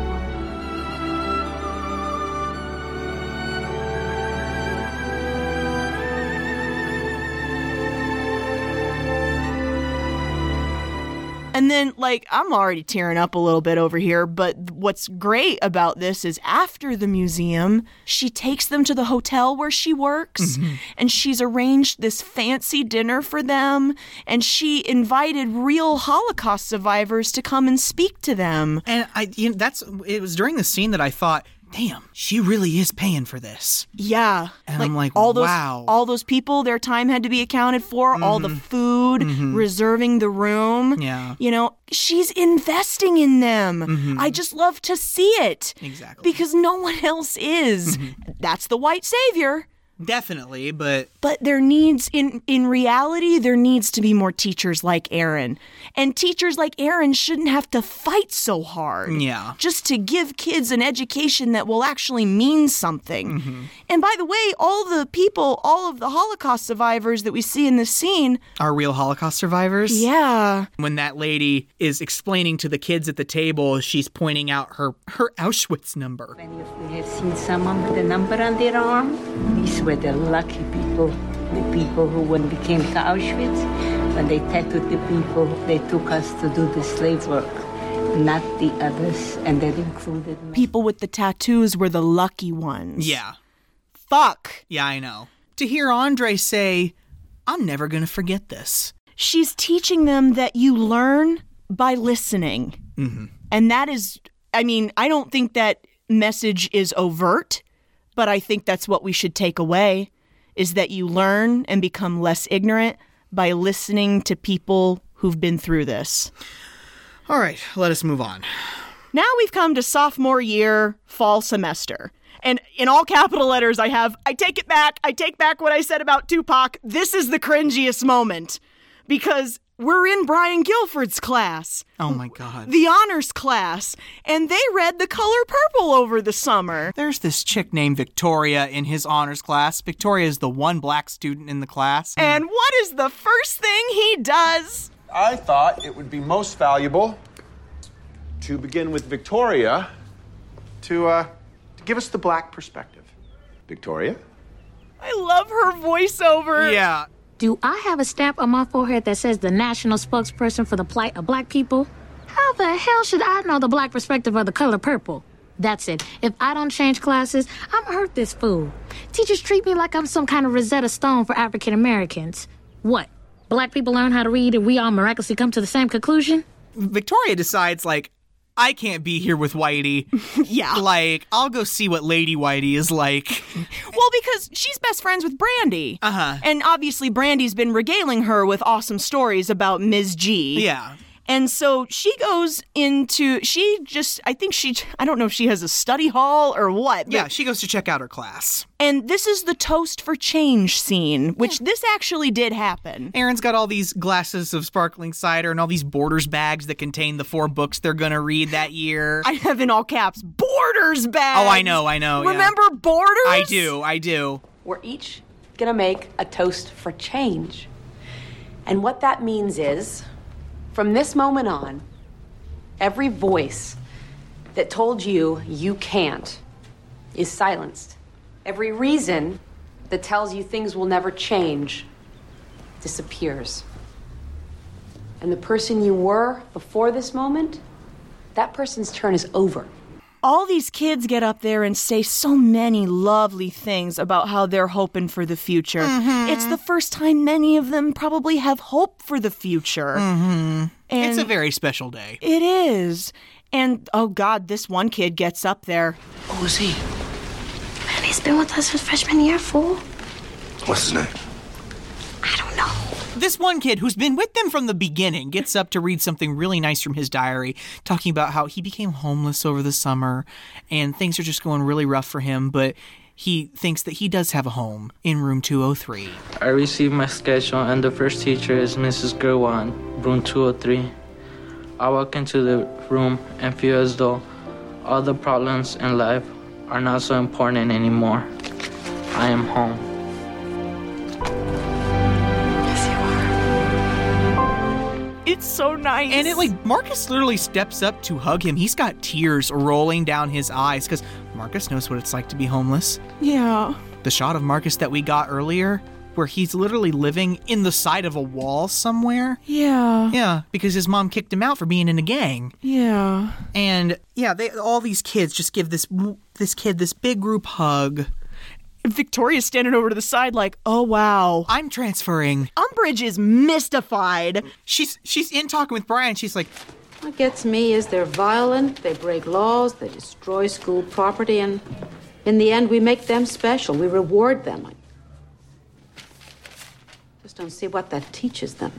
[SPEAKER 1] And then, like, I'm already tearing up a little bit over here, but what's great about this is after the museum, she takes them to the hotel where she works
[SPEAKER 2] Mhm.
[SPEAKER 1] and she's arranged this fancy dinner for them and she invited real Holocaust survivors to come and speak to them.
[SPEAKER 2] And I, you know, that's it was during the scene that I thought, damn, she really is paying for this.
[SPEAKER 1] Yeah.
[SPEAKER 2] And I'm like,
[SPEAKER 1] all those
[SPEAKER 2] wow.
[SPEAKER 1] all those people, their time had to be accounted for, all the
[SPEAKER 2] Mhm.
[SPEAKER 1] food,
[SPEAKER 2] Mhm.
[SPEAKER 1] reserving the room.
[SPEAKER 2] Yeah.
[SPEAKER 1] You know, she's investing in them.
[SPEAKER 2] Mhm.
[SPEAKER 1] I just love to see it.
[SPEAKER 2] Exactly. Mm-hmm.
[SPEAKER 1] Because no one else is. That's the white savior.
[SPEAKER 2] Definitely, but
[SPEAKER 1] But there needs in in reality there needs to be more teachers like Aaron. And teachers like Aaron shouldn't have to fight so hard.
[SPEAKER 2] Yeah.
[SPEAKER 1] Just to give kids an education that will actually mean something.
[SPEAKER 2] Mm-hmm.
[SPEAKER 1] And by the way, all the people, all of the Holocaust survivors that we see in this scene,
[SPEAKER 2] Are real Holocaust survivors?
[SPEAKER 1] Yeah.
[SPEAKER 2] When that lady is explaining to the kids at the table, she's pointing out her her Auschwitz number.
[SPEAKER 19] We have seen someone with a number on their arm. These were the lucky people, the people who, when we came to Auschwitz, when they tattooed the people, they took us to do the slave work, not the others, and that included me.
[SPEAKER 1] people with the tattoos were the lucky ones.
[SPEAKER 2] Yeah.
[SPEAKER 1] Fuck.
[SPEAKER 2] Yeah, I know. To hear Andre say, "I'm never going to forget this."
[SPEAKER 1] She's teaching them that you learn by listening.
[SPEAKER 2] Mm-hmm.
[SPEAKER 1] And that is, I mean, I don't think that message is overt, but I think that's what we should take away is that you learn and become less ignorant by listening to people who've been through this.
[SPEAKER 2] All right, let us move on.
[SPEAKER 1] Now we've come to sophomore year, fall semester. And in all capital letters, I have, I take it back. I take back what I said about Tupac. This is the cringiest moment because we're in Brian Guilford's class.
[SPEAKER 2] Oh my god.
[SPEAKER 1] the honors class, and they read The Color Purple over the summer.
[SPEAKER 2] There's this chick named Victoria in his honors class. Victoria is the one black student in the class.
[SPEAKER 1] And what is the first thing he does?
[SPEAKER 11] I thought it would be most valuable to begin with Victoria to, uh, to give us the black perspective. Victoria?
[SPEAKER 1] I love her voiceover.
[SPEAKER 2] Yeah.
[SPEAKER 20] Do I have a stamp on my forehead that says the national spokesperson for the plight of black people? How the hell should I know the black perspective of the color purple? That's it. If I don't change classes, I'm hurt this fool. Teachers treat me like I'm some kind of Rosetta Stone for African Americans. What? Black people learn how to read and we all miraculously come to the same conclusion?
[SPEAKER 2] Victoria decides like I can't be here with *laughs* Whitey.
[SPEAKER 1] *laughs* yeah.
[SPEAKER 2] Like, I'll go see what Lady Whitey is like.
[SPEAKER 1] Well, because she's best friends with Brandy. Uh
[SPEAKER 2] huh.
[SPEAKER 1] And obviously, Brandy's been regaling her with awesome stories about Ms. G.
[SPEAKER 2] Yeah.
[SPEAKER 1] And so she goes into, she just, I think she, I don't know if she has a study hall or what. but-
[SPEAKER 2] Yeah, she goes to check out her class.
[SPEAKER 1] and this is the toast for change scene, which this actually did happen.
[SPEAKER 2] Aaron's got all these glasses of sparkling cider and all these borders bags that contain the four books they're going to read that year.
[SPEAKER 1] I have in all caps, borders bags.
[SPEAKER 2] Oh, I know, I know, yeah.
[SPEAKER 1] Remember borders?
[SPEAKER 2] I do, I do.
[SPEAKER 10] We're each gonna make a toast for change. And what that means is, from this moment on, every voice that told you you can't is silenced. Every reason that tells you things will never change disappears. And the person you were before this moment, that person's turn is over.
[SPEAKER 1] All these kids get up there and say so many lovely things about how they're hoping for the future.
[SPEAKER 2] Mhm.
[SPEAKER 1] It's the first time many of them probably have hope for the future.
[SPEAKER 2] Mm-hmm. It's
[SPEAKER 1] And-
[SPEAKER 2] a very special day.
[SPEAKER 1] It is. And oh God, this one kid gets up there. Who is he?
[SPEAKER 19] Man, he's been with us for freshman year, fool.
[SPEAKER 9] What's his name?
[SPEAKER 2] This one kid who's been with them from the beginning gets up to read something really nice from his diary, talking about how he became homeless over the summer and things are just going really rough for him, but he thinks that he does have a home in room 203.
[SPEAKER 16] I received my schedule, and the first teacher is Mrs. Gerwan, room 203. I walk into the room and feel as though all the problems in life are not so important anymore. I am home.
[SPEAKER 1] It's so nice.
[SPEAKER 2] And it like Marcus literally steps up to hug him. He's got tears rolling down his eyes because Marcus knows what it's like to be homeless.
[SPEAKER 1] Yeah.
[SPEAKER 2] The shot of Marcus that we got earlier where he's literally living in the side of a wall somewhere.
[SPEAKER 1] Yeah.
[SPEAKER 2] Yeah, because his mom kicked him out for being in a gang.
[SPEAKER 1] Yeah.
[SPEAKER 2] And yeah, they all these kids just give this this kid this big group hug.
[SPEAKER 1] Victoria's standing over to the side like, "Oh wow,
[SPEAKER 2] I'm transferring."
[SPEAKER 1] Umbridge is mystified.
[SPEAKER 2] She's she's in talking with Brian. She's like,
[SPEAKER 7] What gets me is they're violent, they break laws, they destroy school property, and in the end, we make them special. We reward them. I just don't see what that teaches them.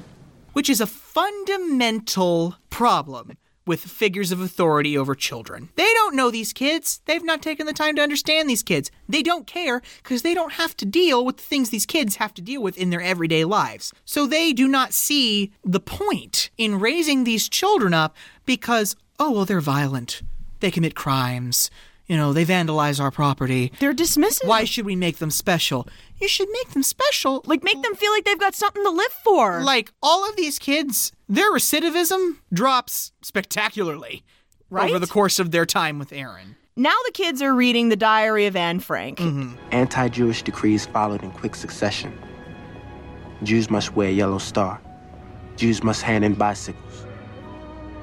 [SPEAKER 2] which is a fundamental problem with figures of authority over children. They don't know these kids. They've not taken the time to understand these kids. They don't care because they don't have to deal with the things these kids have to deal with in their everyday lives. So they do not see the point in raising these children up because, oh, well, they're violent. They commit crimes. You know, they vandalize our property.
[SPEAKER 1] They're dismissive.
[SPEAKER 2] Why should we make them special? You should make them special.
[SPEAKER 1] Like, make them feel like they've got something to live for.
[SPEAKER 2] Like, all of these kids, their recidivism drops spectacularly
[SPEAKER 1] Right?
[SPEAKER 2] over the course of their time with Aaron.
[SPEAKER 1] Now the kids are reading The Diary of Anne Frank.
[SPEAKER 21] Anti Jewish decrees followed in quick succession. Jews must wear a yellow star. Jews must hand in bicycles.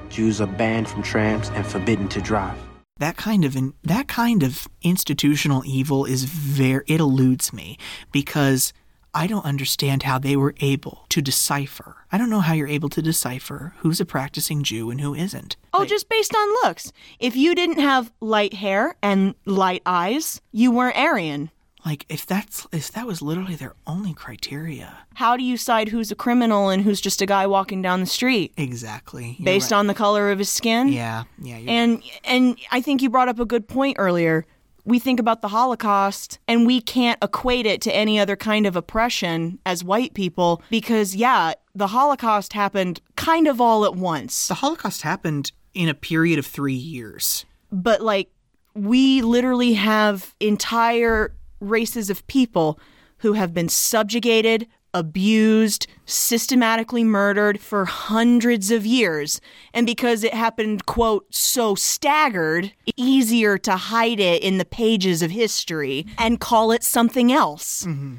[SPEAKER 21] Jews are banned from trams and forbidden to drive.
[SPEAKER 2] That kind of in, that kind of institutional evil is very it eludes me because I don't understand how they were able to decipher. I don't know how you're able to decipher who's a practicing Jew and who isn't.
[SPEAKER 1] Oh, just based on looks. If you didn't have light hair and light eyes, you weren't Aryan.
[SPEAKER 2] Like if that's if that was literally their only criteria.
[SPEAKER 1] How do you side who's a criminal and who's just a guy walking down the street?
[SPEAKER 2] Exactly. You're
[SPEAKER 1] based
[SPEAKER 2] right.
[SPEAKER 1] on the color of his skin?
[SPEAKER 2] Yeah, yeah, you're
[SPEAKER 1] And and I think you brought up a good point earlier. We think about the Holocaust and we can't equate it to any other kind of oppression as white people because yeah, the Holocaust happened kind of all at once. The
[SPEAKER 2] Holocaust happened in a period of 3 years.
[SPEAKER 1] but like we literally have entire races of people who have been subjugated, abused, systematically murdered for hundreds of years. And because it happened, quote, so staggered, easier to hide it in the pages of history and call it something else. And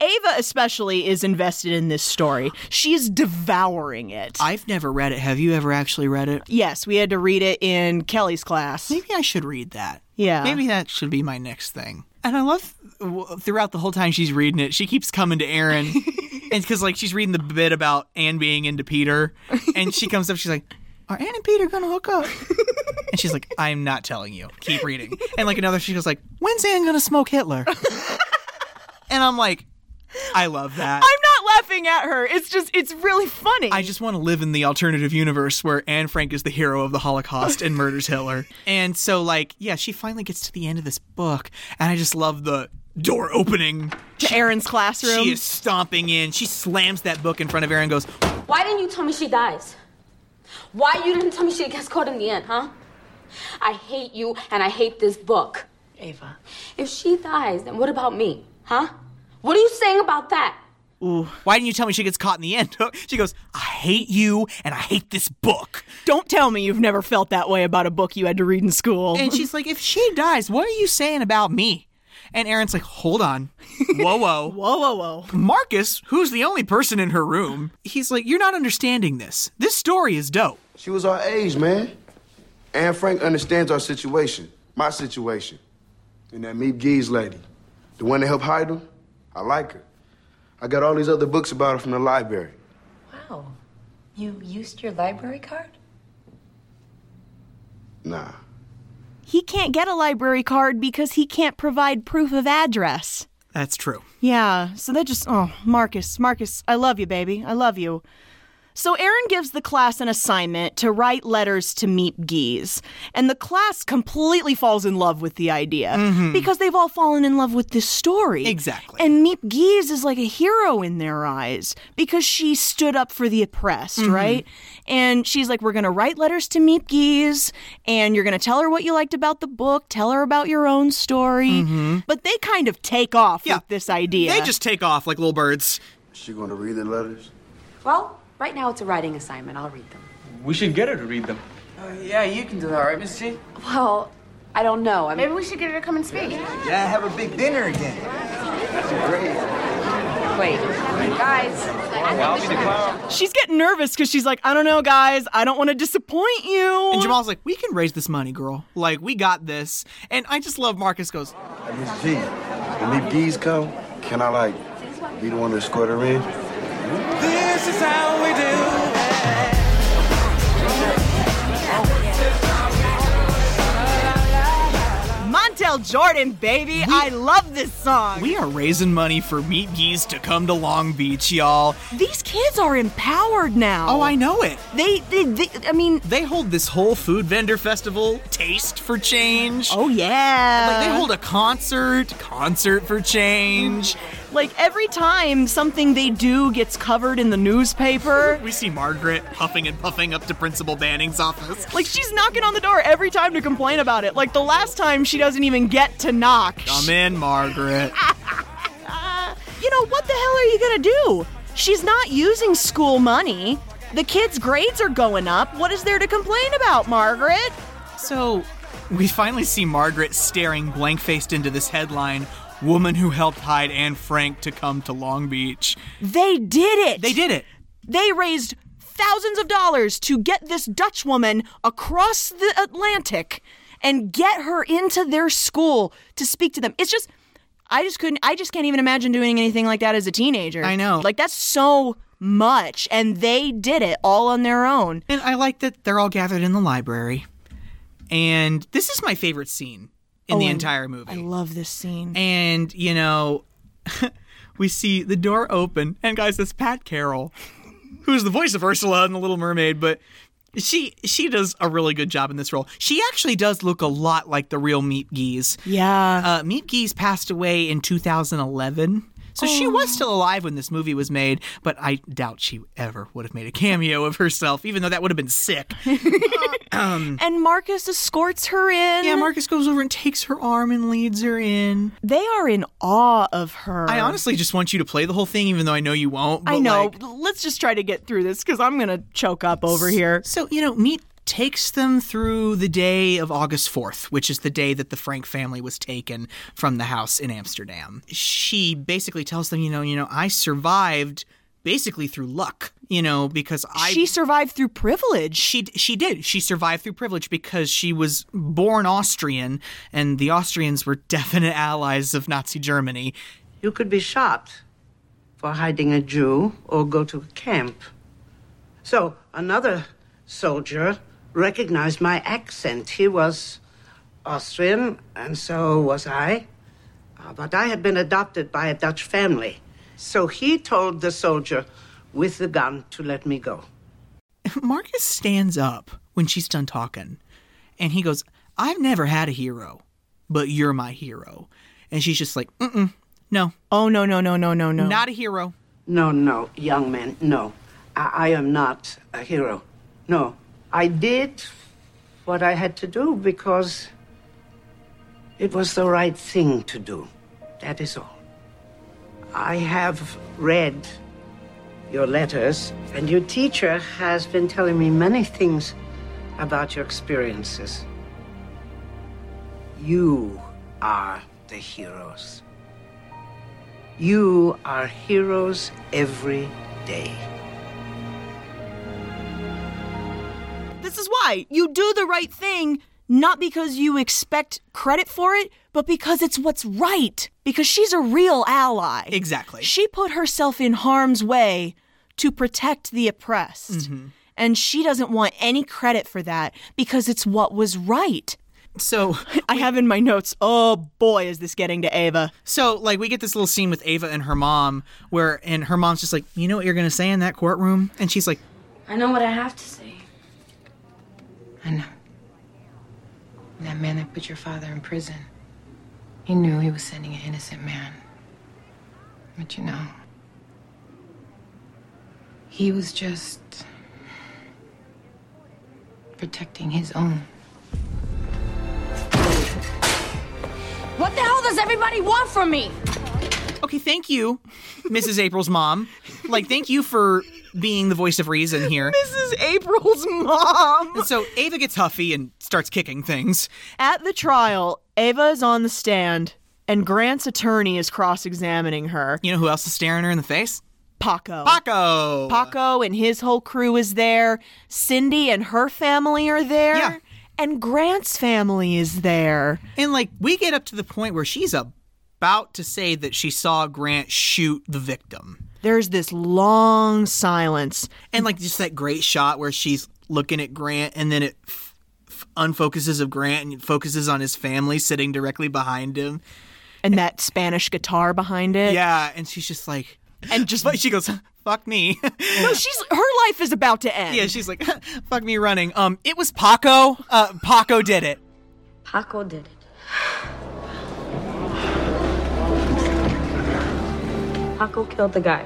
[SPEAKER 1] Ava especially is invested in this story. She is devouring it.
[SPEAKER 2] I've never read it. Have you ever actually read it?
[SPEAKER 1] Yes, we had to read it in Kelly's class.
[SPEAKER 2] Maybe I should read that.
[SPEAKER 1] Yeah.
[SPEAKER 2] Maybe that should be my next thing. And I love w- throughout the whole time she's reading it, she keeps coming to Aaron.
[SPEAKER 1] *laughs*
[SPEAKER 2] and because, like, she's reading the bit about Anne being into Peter. And she comes up, she's like, Are Anne and Peter gonna hook up? and she's like, I'm not telling you. Keep reading. And, like, another, she goes, like, When's Anne gonna
[SPEAKER 1] *laughs*
[SPEAKER 2] smoke Hitler? and I'm like, I love that.
[SPEAKER 1] I'm not laughing at her. It's just, it's really funny.
[SPEAKER 2] I just want to live in the alternative universe where Anne Frank is the hero of the Holocaust and murders Hitler. And so, like, yeah, she finally gets to the end of this book, and I just love the door opening.
[SPEAKER 1] to Aaron's classroom.
[SPEAKER 2] She is stomping in. She slams that book in front of Aaron and goes,
[SPEAKER 14] Why didn't you tell me she dies? Why you didn't tell me she gets caught in the end, huh? I hate you and I hate this book. Ava. If she dies, then what about me, huh? What are you saying about that?
[SPEAKER 2] Ooh, why didn't you tell me she gets caught in the end? *laughs* she goes, I hate you and I hate this book.
[SPEAKER 1] Don't tell me you've never felt that way about a book you had to read in school.
[SPEAKER 2] And she's like, if she dies, what are you saying about me? And Aaron's like, hold on. Whoa, whoa.
[SPEAKER 1] whoa, whoa, whoa.
[SPEAKER 2] Marcus, who's the only person in her room, he's like, you're not understanding this. This story is dope.
[SPEAKER 9] She was our age, man. Anne Frank understands our situation, my situation. And that Meep Gees lady, the one that helped hide her, I like her. I got all these other books about her from the library.
[SPEAKER 22] Wow. You used your library card?
[SPEAKER 9] Nah.
[SPEAKER 1] He can't get a library card because he can't provide proof of address.
[SPEAKER 2] That's true.
[SPEAKER 1] Yeah, so that just, oh, Marcus, Marcus, I love you, baby. I love you. So Aaron gives the class an assignment to write letters to Meep Geese, and the class completely falls in love with the idea because they've all fallen in love with this story.
[SPEAKER 2] Mm-hmm. Exactly.
[SPEAKER 1] And Meep Geese is like a hero in their eyes because she stood up for the oppressed,
[SPEAKER 2] Mm-hmm.
[SPEAKER 1] right? And she's like, "We're gonna write letters to Meep Geese, and you're gonna tell her what you liked about the book, tell her about your own story." But they kind of take off with this idea.
[SPEAKER 2] Mm-hmm. They just take off like little birds.
[SPEAKER 9] She gonna read the letters?
[SPEAKER 10] Well, right now it's a writing assignment. I'll read them.
[SPEAKER 17] We should get her to read them.
[SPEAKER 5] Oh, yeah, you can do that, right, Miss G?
[SPEAKER 10] Well, I don't know. I mean,
[SPEAKER 14] Maybe we should get her to come and speak.
[SPEAKER 5] Yeah, have a big dinner again. That's great.
[SPEAKER 13] Wait, guys.
[SPEAKER 1] She's getting nervous because she's like, I don't know, guys. I don't want to disappoint you.
[SPEAKER 2] And Jamal's like, we can raise this money, girl. Like, we got this. And I just love Marcus goes,
[SPEAKER 9] Miss G, when these geese come, can I, like, be the one to escort her in?
[SPEAKER 4] This is how we do.
[SPEAKER 1] Montel Jordan, baby. I love this song.
[SPEAKER 2] We are raising money for meat geese to come to Long Beach, y'all.
[SPEAKER 1] These kids are empowered now.
[SPEAKER 2] Oh, I know it.
[SPEAKER 1] They, they, they I mean,
[SPEAKER 2] They hold this whole food vendor festival, Taste for Change.
[SPEAKER 1] Oh, uh, yeah.
[SPEAKER 2] Like, they hold a concert, Concert for Change.
[SPEAKER 1] like every time something they do gets covered in the *laughs* newspaper.
[SPEAKER 2] We see Margaret huffing and puffing up to Principal Banning's office.
[SPEAKER 1] Like she's knocking on the door every time to complain about it. Like the last time she doesn't even get to knock.
[SPEAKER 2] Come in, Margaret.
[SPEAKER 1] You know, what the hell are you gonna do? She's not using school money. The kids' grades are going up. What is there to complain about, Margaret?
[SPEAKER 2] So, We finally see Margaret staring blank faced into this headline Woman who helped hide Anne Frank to come to Long Beach.
[SPEAKER 1] They did it!
[SPEAKER 2] They did it.
[SPEAKER 1] They raised thousands of dollars to get this Dutch woman across the Atlantic and get her into their school to speak to them. It's just, I just couldn't, I just can't even imagine doing anything like that as a teenager.
[SPEAKER 2] I know.
[SPEAKER 1] Like, that's so much. And they did it all on their own.
[SPEAKER 2] And I like that they're all gathered in the library. And this is my favorite scene in
[SPEAKER 1] Oh,
[SPEAKER 2] the
[SPEAKER 1] I-
[SPEAKER 2] entire movie.
[SPEAKER 1] I love this scene.
[SPEAKER 2] And, you know, *laughs* we see the door open, and guys, it's Pat Carroll, who's the voice of Ursula in The Little Mermaid, but she she does a really good job in this role. She actually does look a lot like the real Meat Geese.
[SPEAKER 1] Yeah.
[SPEAKER 2] Uh, Meat Geese passed away in 2011. So she
[SPEAKER 1] Oh.
[SPEAKER 2] was still alive when this movie was made, but I doubt she ever would have made a cameo of herself, even though that would have
[SPEAKER 1] *laughs*
[SPEAKER 2] been sick. um,
[SPEAKER 1] and Marcus escorts her in.
[SPEAKER 2] Yeah, Marcus goes over and takes her arm and leads her in.
[SPEAKER 1] They are in awe of her.
[SPEAKER 2] I honestly just want you to play the whole thing, even though I know you won't. But
[SPEAKER 1] I know.
[SPEAKER 2] like-
[SPEAKER 1] Let's just try to get through this because I'm going to choke up over here.
[SPEAKER 2] So, you know, Meat takes them through the day of August 4th, which is the day that the Frank family was taken from the house in Amsterdam. She basically tells them, you know, you know, I survived basically through luck, you know, because I
[SPEAKER 1] She survived through privilege.
[SPEAKER 2] She she did. She survived through privilege because she was born Austrian and the Austrians were *laughs* definite allies of Nazi Germany.
[SPEAKER 15] You could be shot for hiding a Jew or go to a camp. So another soldier recognized my accent. He was Austrian, and so was I. Uh, but I had been adopted by a Dutch family. So he told the soldier with the gun to let me go.
[SPEAKER 2] Marcus stands up when she's done talking and he goes, I've never had a hero, but you're my hero. And she's just like, mm-mm, no.
[SPEAKER 1] Oh, no, no, no, no, no, no.
[SPEAKER 2] Not a hero.
[SPEAKER 15] No, no, young man, no. I, I am not a hero. No, I did what I had to do because it was the right thing to do. That is all. I have read your letters, and your teacher has been telling me many things about your experiences. You are the heroes. You are heroes every day.
[SPEAKER 1] This is why you do the right thing, not because you expect credit for it, but because it's what's right. Because she's a real ally.
[SPEAKER 2] Exactly.
[SPEAKER 1] She put herself in harm's way to protect the oppressed. And she doesn't want any credit for that because it's what was right.
[SPEAKER 2] So
[SPEAKER 1] I have in my notes, oh boy, is this getting to Ava.
[SPEAKER 2] So, like, we get this little scene with Ava and her mom where, and her mom's just like, you know what you're going to say in that courtroom? And she's like,
[SPEAKER 3] I know what I have to say.
[SPEAKER 22] That man that put your father in prison. He knew he was sending an innocent man. But you know, he was just protecting his own.
[SPEAKER 14] What the hell does everybody want from me?
[SPEAKER 2] okay, thank you, Mrs. April's mom. Like, thank you for being the voice of reason here.
[SPEAKER 1] Mrs. April's mom. *laughs*
[SPEAKER 2] And so Ava gets huffy and starts kicking things.
[SPEAKER 1] At the trial, Ava is on the stand And Grant's attorney is cross examining her.
[SPEAKER 2] You know who else is staring her in the face?
[SPEAKER 1] Paco.
[SPEAKER 2] Paco.
[SPEAKER 1] Paco and his whole crew is there. Cindy and her family are there. Yeah. And Grant's family is there.
[SPEAKER 2] And like we get up to the point where she's about to say that she saw Grant shoot the victim.
[SPEAKER 1] There's this long silence.
[SPEAKER 2] And like just that great shot where she's looking at Grant and then it f- f- unfocuses of Grant and focuses on his family sitting directly behind him.
[SPEAKER 1] And that Spanish guitar behind it.
[SPEAKER 2] Yeah, and she's just like
[SPEAKER 1] and just
[SPEAKER 2] *laughs* but she goes fuck
[SPEAKER 1] *laughs*
[SPEAKER 2] me.
[SPEAKER 1] no, Oh, she's her life is about to end.
[SPEAKER 2] Yeah, she's like *laughs* fuck me running. Um it was Paco. Uh Paco did it.
[SPEAKER 3] Paco did it. Paco killed the guy.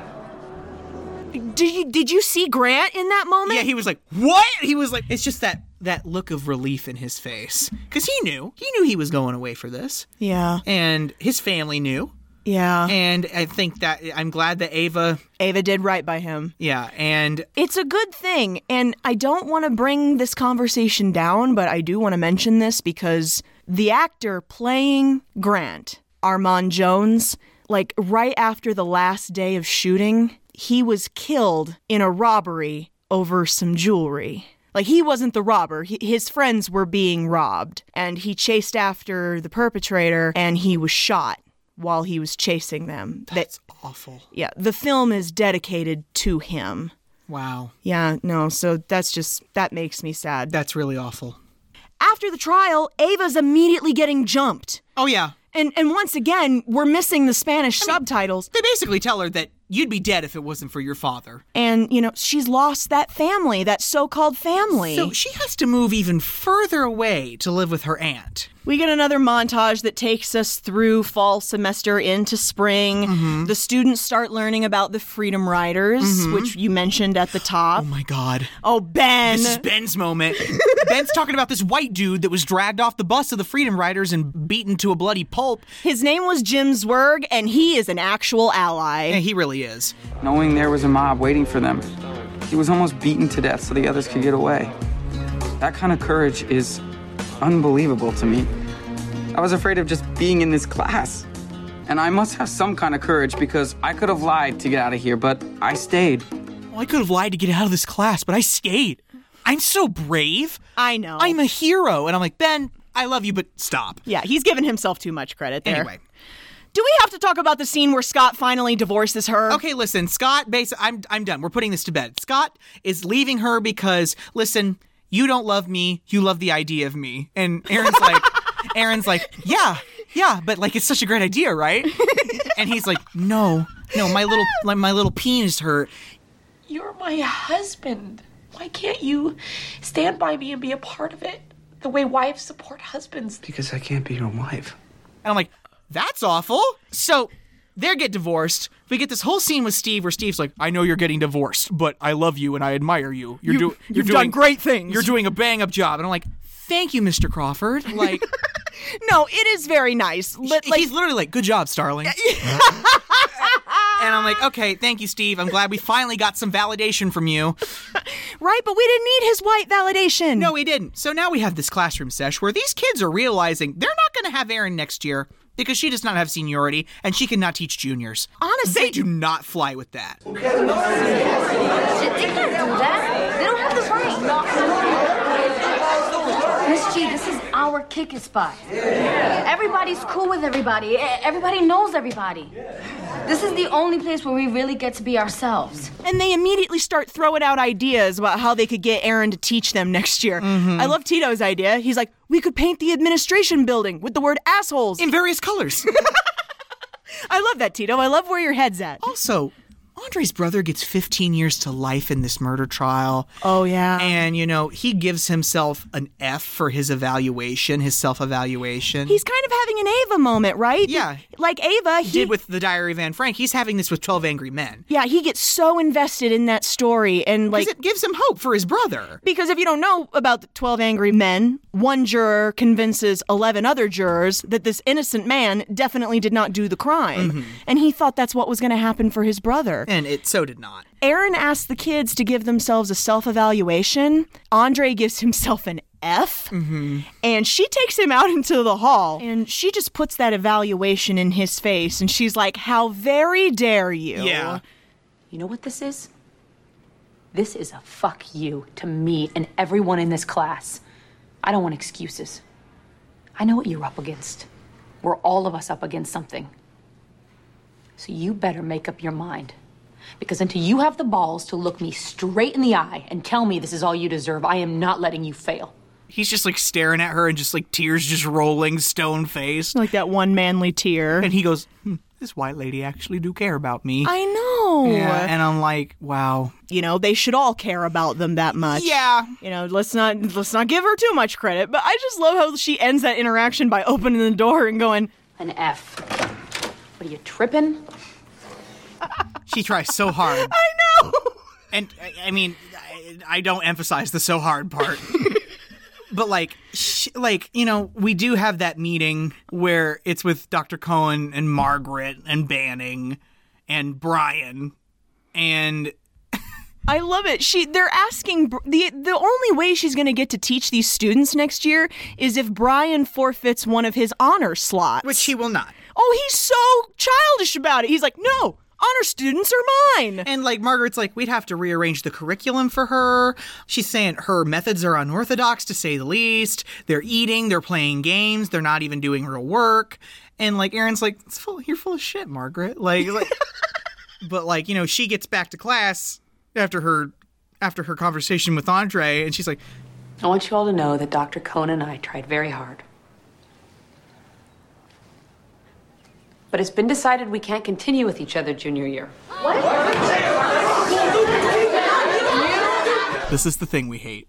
[SPEAKER 1] Did you did you see Grant in that moment?
[SPEAKER 2] Yeah, he was like, "What?" He was like, "It's just that that look of relief in his face because he knew he knew he was going away for this.
[SPEAKER 1] Yeah,
[SPEAKER 2] and his family knew.
[SPEAKER 1] Yeah,
[SPEAKER 2] and I think that I'm glad that Ava
[SPEAKER 1] Ava did right by him.
[SPEAKER 2] Yeah, and
[SPEAKER 1] it's a good thing. And I don't want to bring this conversation down, but I do want to mention this because the actor playing Grant, Armand Jones, like right after the last day of shooting he was killed in a robbery over some jewelry. Like, he wasn't the robber. He, his friends were being robbed, and he chased after the perpetrator, and he was shot while he was chasing them.
[SPEAKER 2] That's that, awful.
[SPEAKER 1] Yeah, the film is dedicated to him.
[SPEAKER 2] Wow.
[SPEAKER 1] Yeah, no, so that's just, that makes me sad.
[SPEAKER 2] That's really awful.
[SPEAKER 1] After the trial, Ava's immediately getting jumped.
[SPEAKER 2] Oh, yeah.
[SPEAKER 1] And, and once again, we're missing the Spanish I mean, subtitles.
[SPEAKER 2] They basically tell her that you'd be dead if it wasn't for your father.
[SPEAKER 1] And, you know, she's lost that family, that so called family.
[SPEAKER 2] So she has to move even further away to live with her aunt.
[SPEAKER 1] We get another montage that takes us through fall semester into spring. Mm-hmm. The students start learning about the Freedom Riders, mm-hmm. which you mentioned at the top.
[SPEAKER 2] Oh my God.
[SPEAKER 1] Oh, Ben.
[SPEAKER 2] This is Ben's moment. *laughs* Ben's talking about this white dude that was dragged off the bus of the Freedom Riders and beaten to a bloody pulp.
[SPEAKER 1] His name was Jim Zwerg, and he is an actual ally.
[SPEAKER 2] And he really is.
[SPEAKER 8] Knowing there was a mob waiting for them, he was almost beaten to death so the others could get away. That kind of courage is unbelievable to me. I was afraid of just being in this class. And I must have some kind of courage because I could have lied to get out of here, but I stayed.
[SPEAKER 2] Well, I could have lied to get out of this class, but I stayed. I'm so brave.
[SPEAKER 1] I know.
[SPEAKER 2] I'm a hero. And I'm like, Ben, I love you, but stop.
[SPEAKER 1] Yeah, he's giving himself too much credit there.
[SPEAKER 2] Anyway.
[SPEAKER 1] Do we have to talk about the scene where Scott finally divorces her?
[SPEAKER 2] Okay, listen, Scott. Basi- I'm I'm done. We're putting this to bed. Scott is leaving her because listen, you don't love me. You love the idea of me. And Aaron's like, Aaron's like, yeah, yeah, but like it's such a great idea, right? and he's like, no, no, my little like my little penis hurt.
[SPEAKER 12] You're my husband. Why can't you stand by me and be a part of it the way wives support husbands?
[SPEAKER 8] Because I can't be your wife.
[SPEAKER 2] And I'm like, that's awful. So they get divorced. We get this whole scene with Steve where Steve's like, I know you're getting divorced, but I love you and I admire you. You're,
[SPEAKER 1] you,
[SPEAKER 2] do-
[SPEAKER 1] you're doing done great things.
[SPEAKER 2] You're doing a bang up job. And I'm like, thank you, Mr. Crawford. Like,
[SPEAKER 1] no, *laughs* it is very nice. But like,
[SPEAKER 2] he's literally like, good
[SPEAKER 1] *laughs*
[SPEAKER 2] job, Starling. and I'm like, okay, thank you, Steve. I'm glad we finally got some validation from you.
[SPEAKER 1] right, but we didn't need his white validation.
[SPEAKER 2] No, we didn't. So now we have this classroom sesh where these kids are realizing they're not going to have Aaron next year because she does not have seniority and she cannot teach juniors.
[SPEAKER 1] Honestly,
[SPEAKER 2] they do not fly with that.
[SPEAKER 12] They can't do that. They don't have the right.
[SPEAKER 23] Miss G, this is our kicking spot. Everybody's cool with everybody. E, Everybody knows everybody. This is the only place where we really get to be ourselves.
[SPEAKER 1] And they immediately start throwing out ideas about how they could get Aaron to teach them next year. Mm-hmm. I love Tito's idea. He's like, we could paint the administration building with the word assholes
[SPEAKER 2] in various colors.
[SPEAKER 1] *laughs* I love that, Tito. I love where your head's at.
[SPEAKER 2] Also, Andre's brother gets 15 years to life in this murder trial.
[SPEAKER 1] Oh, yeah.
[SPEAKER 2] And, you know, he gives himself an F for his evaluation, his self evaluation.
[SPEAKER 1] He's kind of having an Ava moment, right?
[SPEAKER 2] Yeah.
[SPEAKER 1] Like Ava, he
[SPEAKER 2] did with the Diary of Anne Frank. He's having this with 12 Angry Men.
[SPEAKER 1] Yeah, he gets so invested in that story. And, like,
[SPEAKER 2] it gives him hope for his brother.
[SPEAKER 1] Because if you don't know about 12 Angry Men, one juror convinces 11 other jurors that this innocent man definitely did not do the crime. Mm-hmm. And he thought that's what was going to happen for his brother.
[SPEAKER 2] And it so did not.
[SPEAKER 1] Aaron asked the kids to give themselves a self evaluation. Andre gives himself an F. And she takes him out into the hall Mm-hmm. and she just puts that evaluation in his face and she's like, How very dare you?
[SPEAKER 2] Yeah.
[SPEAKER 13] You know what this is? This is a fuck you to me and everyone in this class. I don't want excuses. I know what you're up against. We're all of us up against something. So you better make up your mind. Because until you have the balls to look me straight in the eye and tell me this is all you deserve, I am not letting you fail.
[SPEAKER 2] He's just like staring at her and just like tears just rolling, stone faced.
[SPEAKER 1] Like that one manly tear.
[SPEAKER 2] And he goes, hmm, This white lady actually do care about me.
[SPEAKER 1] I know.
[SPEAKER 2] Yeah, and I'm like, wow.
[SPEAKER 1] you know they should all care about them that much
[SPEAKER 2] Yeah.
[SPEAKER 1] you know let's not let's not give her too much credit but i just love how she ends that interaction by opening the door and going
[SPEAKER 13] an f what are you tripping
[SPEAKER 2] She tries so hard.
[SPEAKER 1] *laughs* I know.
[SPEAKER 2] And I- I mean, I, I don't emphasize the so
[SPEAKER 1] *laughs*
[SPEAKER 2] hard part. but like, sh- like you know, we do have that meeting where it's with Dr. Cohen and Margaret and Banning and Brian, and
[SPEAKER 1] I love it. She they're asking Br- the the only way she's going to get to teach these students next year is if Brian forfeits one of his honor slots, which
[SPEAKER 2] he will not.
[SPEAKER 1] Oh, he's so childish about it. He's like, "No, honor students are mine."
[SPEAKER 2] And like Margaret's like, we'd have to rearrange the curriculum for her. She's saying her methods are unorthodox to say the least. They're eating, they're playing games, they're not even doing real work. And like Aaron's like, it's full, you're full of shit, Margaret. Like, like but like you know, she gets back to class after her after her conversation with Andre, and she's like,
[SPEAKER 13] I want you all to know that Dr. Cohen and I tried very hard. But it's been decided we can't continue with each other junior year.
[SPEAKER 2] this is the thing we hate.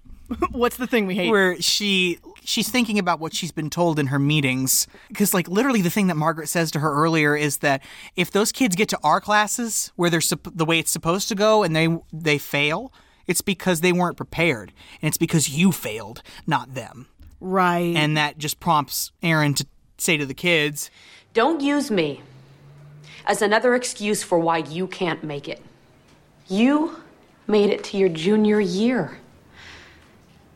[SPEAKER 1] What's the thing we hate?
[SPEAKER 2] where she she's thinking about what she's been told in her meetings because like literally the thing that margaret says to her earlier is that if those kids get to our classes where they're sup- the way it's supposed to go and they they fail it's because they weren't prepared and it's because you failed not them
[SPEAKER 1] right
[SPEAKER 2] and that just prompts aaron to say to the kids
[SPEAKER 13] Don't use me as another excuse for why you can't make it. You made it to your junior year.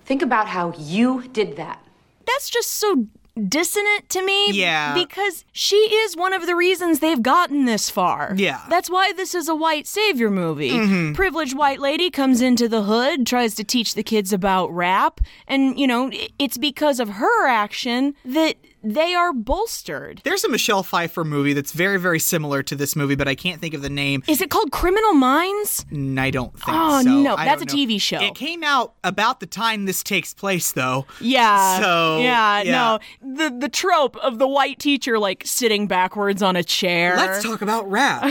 [SPEAKER 13] Think about how you did that.
[SPEAKER 1] That's just so dissonant to me.
[SPEAKER 13] Yeah.
[SPEAKER 1] Because she is one of the reasons they've gotten this far.
[SPEAKER 2] Yeah.
[SPEAKER 1] That's why this is a white savior movie.
[SPEAKER 2] Mhm.
[SPEAKER 1] Privileged white lady comes into the hood, tries to teach the kids about rap, and, you know, i- it's because of her action that they are bolstered.
[SPEAKER 2] there's a michelle pfeiffer movie that's very very similar to this movie but i can't think of the name
[SPEAKER 1] Is it called Criminal Minds?
[SPEAKER 2] N- I don't think
[SPEAKER 1] Oh,
[SPEAKER 2] so.
[SPEAKER 1] no,
[SPEAKER 2] I
[SPEAKER 1] that's
[SPEAKER 2] don't
[SPEAKER 1] a
[SPEAKER 2] know.
[SPEAKER 1] TV show.
[SPEAKER 2] It came out about the time this takes place, though.
[SPEAKER 1] Yeah.
[SPEAKER 2] So
[SPEAKER 1] yeah, no. The the trope of the white teacher like sitting backwards on a chair.
[SPEAKER 2] Let's talk about *laughs* rap.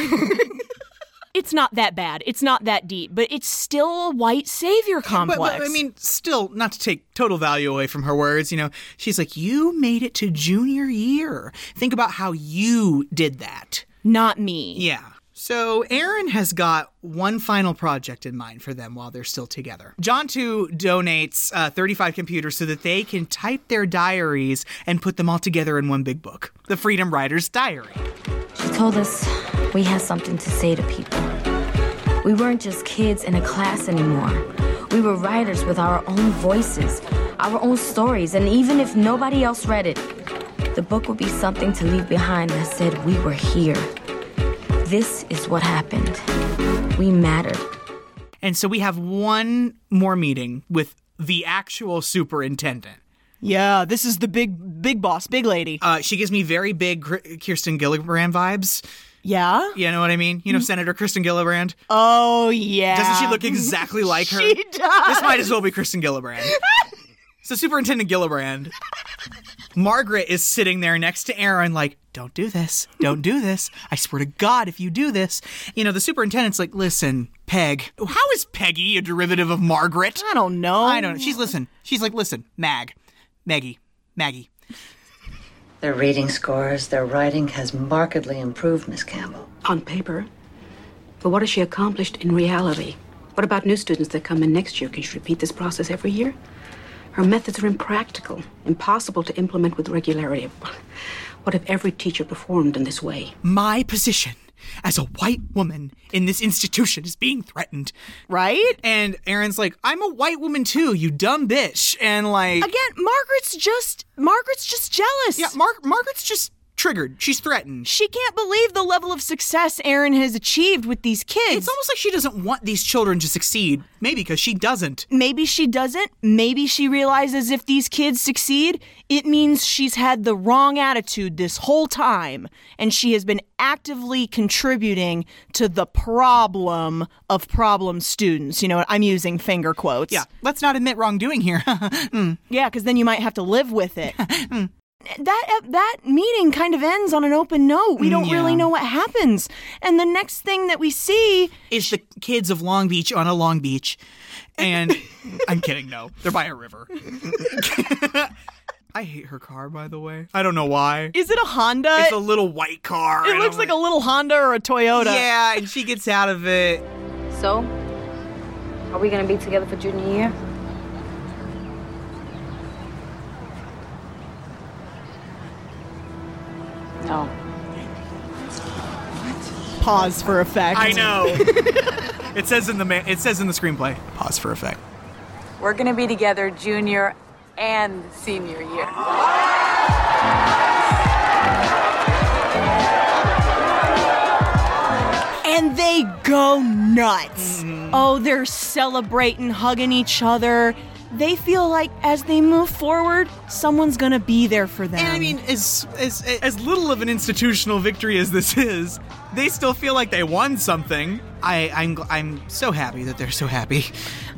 [SPEAKER 1] It's not that bad. It's not that deep, but it's still a white savior
[SPEAKER 2] But,
[SPEAKER 1] complex.
[SPEAKER 2] but, I mean, still, not to take total value away from her words, you know, she's like, You made it to junior year. Think about how you did that.
[SPEAKER 1] Not me.
[SPEAKER 2] Yeah. So Aaron has got one final project in mind for them while they're still together. John 2 donates uh, 35 computers so that they can type their diaries and put them all together in one big book The Freedom Rider's Diary.
[SPEAKER 3] She told us we had something to say to people. We weren't just kids in a class anymore. We were writers with our own voices, our own stories, and even if nobody else read it, the book would be something to leave behind that said we were here. This is what happened. We mattered.
[SPEAKER 2] And so we have one more meeting with the actual superintendent.
[SPEAKER 1] Yeah, this is the big big boss, big lady.
[SPEAKER 2] Uh, she gives me very big Kr- Kirsten Gillibrand vibes.
[SPEAKER 1] Yeah?
[SPEAKER 2] You know what I mean?
[SPEAKER 1] Mm-hmm.
[SPEAKER 2] You know Senator Kirsten Gillibrand?
[SPEAKER 1] Oh yeah.
[SPEAKER 2] Doesn't she look exactly like
[SPEAKER 1] *laughs*
[SPEAKER 2] her?
[SPEAKER 1] She does.
[SPEAKER 2] This might as well be
[SPEAKER 1] *laughs*
[SPEAKER 2] Kirsten Gillibrand. so Superintendent Gillibrand. Margaret is sitting there next to Aaron, like, don't do this. Don't do this. I swear to God, if you do this. You know, the superintendent's like, listen, Peg. How is Peggy a derivative of Margaret?
[SPEAKER 1] I don't know.
[SPEAKER 2] I don't know. She's, listen, she's like, listen, Mag, Maggie, Maggie.
[SPEAKER 6] Their reading scores, their writing has markedly improved, Miss Campbell.
[SPEAKER 7] on paper. But what has she accomplished in reality? What about new students that come in next year? Can she repeat this process every year? Her methods are impractical, impossible to implement with regularity. What if every teacher performed in this way?
[SPEAKER 2] My position as a white woman in this institution is being threatened.
[SPEAKER 1] Right?
[SPEAKER 2] And Aaron's like, I'm a white woman too, you dumb bitch. And like
[SPEAKER 1] Again, Margaret's just Margaret's just jealous.
[SPEAKER 2] Yeah, Mar- Margaret's just triggered. She's threatened.
[SPEAKER 1] She can't believe the level of success Aaron has achieved with these kids.
[SPEAKER 2] It's almost like she doesn't want these children to succeed. Maybe because she doesn't.
[SPEAKER 1] Maybe she doesn't. Maybe she realizes if these kids succeed, it means she's had the wrong attitude this whole time and she has been actively contributing to the problem of problem students. You know, I'm using finger quotes.
[SPEAKER 2] Yeah, let's not admit wrongdoing here. *laughs* mm.
[SPEAKER 1] Yeah, because then you might have to live with *laughs* it. mm that that meeting kind of ends on an open note. We don't Mm, yeah. really know what happens. And the next thing that we see
[SPEAKER 2] is the kids of Long Beach on a Long Beach.
[SPEAKER 1] *laughs*
[SPEAKER 2] And I'm kidding, no. They're by a river. *laughs* I hate her car, by the way. I don't know why.
[SPEAKER 1] Is it a Honda?
[SPEAKER 2] It's a little white car.
[SPEAKER 1] It looks like, like a little Honda or a Toyota.
[SPEAKER 2] Yeah, and she gets out of it.
[SPEAKER 3] So, are we going to be together for junior year?
[SPEAKER 1] No. Pause for effect.
[SPEAKER 2] I know. *laughs* it says in the ma- it says in the screenplay. Pause for effect.
[SPEAKER 13] We're gonna be together junior and senior year.
[SPEAKER 1] And they go nuts. Mm-hmm. Oh, they're celebrating, hugging each other they feel like as they move forward, someone's going to be there for them.
[SPEAKER 2] And I mean, as, as as little of an institutional victory as this is, they still feel like they won something. I I'm I'm so happy that they're so happy.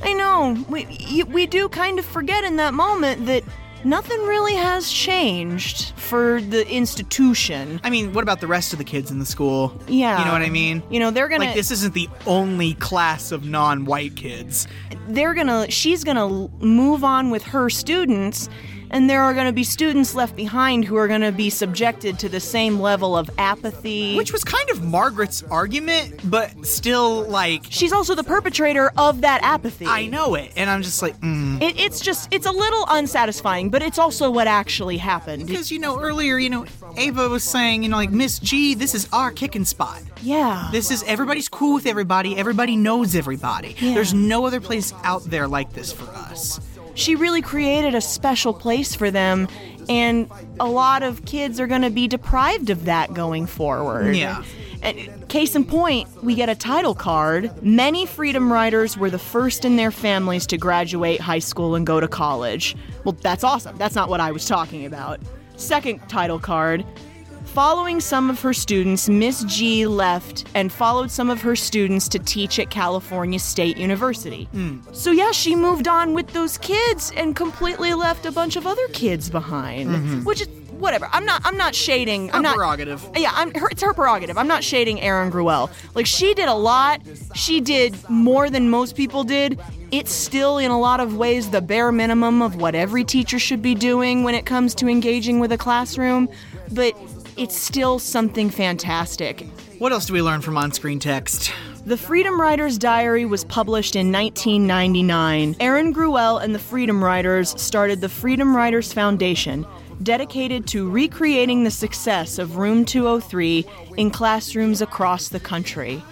[SPEAKER 1] I know. We we do kind of forget in that moment that nothing really has changed for the institution.
[SPEAKER 2] I mean, what about the rest of the kids in the school?
[SPEAKER 1] Yeah.
[SPEAKER 2] You know what I mean?
[SPEAKER 1] You know, they're going to.
[SPEAKER 2] Like, this isn't the only class of non white kids.
[SPEAKER 1] They're going to. She's going to move on with her students, and there are going to be students left behind who are going to be subjected to the same level of apathy.
[SPEAKER 2] Which was kind of Margaret's argument, but still, like.
[SPEAKER 1] She's also the perpetrator of that apathy.
[SPEAKER 2] I know it. And I'm just like, mm.
[SPEAKER 1] it, it's just, it's a little unsatisfying, but it's also what actually happened.
[SPEAKER 2] Because, you know, earlier, you know, Ava was saying, you know, like, Miss G, this is our kicking spot.
[SPEAKER 1] Yeah.
[SPEAKER 2] This is, everybody's cool with everybody, everybody knows everybody. Yeah. There's no other place out there like this for us
[SPEAKER 1] she really created a special place for them and a lot of kids are going to be deprived of that going forward
[SPEAKER 2] yeah
[SPEAKER 1] and case in point we get a title card many freedom riders were the first in their families to graduate high school and go to college well that's awesome that's not what i was talking about second title card Following some of her students, Miss G left and followed some of her students to teach at California State University.
[SPEAKER 2] Mm.
[SPEAKER 1] So, yeah, she moved on with those kids and completely left a bunch of other kids behind, mm-hmm. which is whatever. I'm not. I'm not shading. I'm
[SPEAKER 2] her
[SPEAKER 1] not
[SPEAKER 2] prerogative.
[SPEAKER 1] Yeah, I'm, her, it's her prerogative. I'm not shading Aaron Gruel. Like she did a lot. She did more than most people did. It's still in a lot of ways the bare minimum of what every teacher should be doing when it comes to engaging with a classroom, but it's still something fantastic.
[SPEAKER 2] What else do we learn from on-screen text?
[SPEAKER 1] The Freedom Riders Diary was published in 1999. Aaron Gruel and the Freedom Riders started the Freedom Riders Foundation, dedicated to recreating the success of Room 203 in classrooms across the country.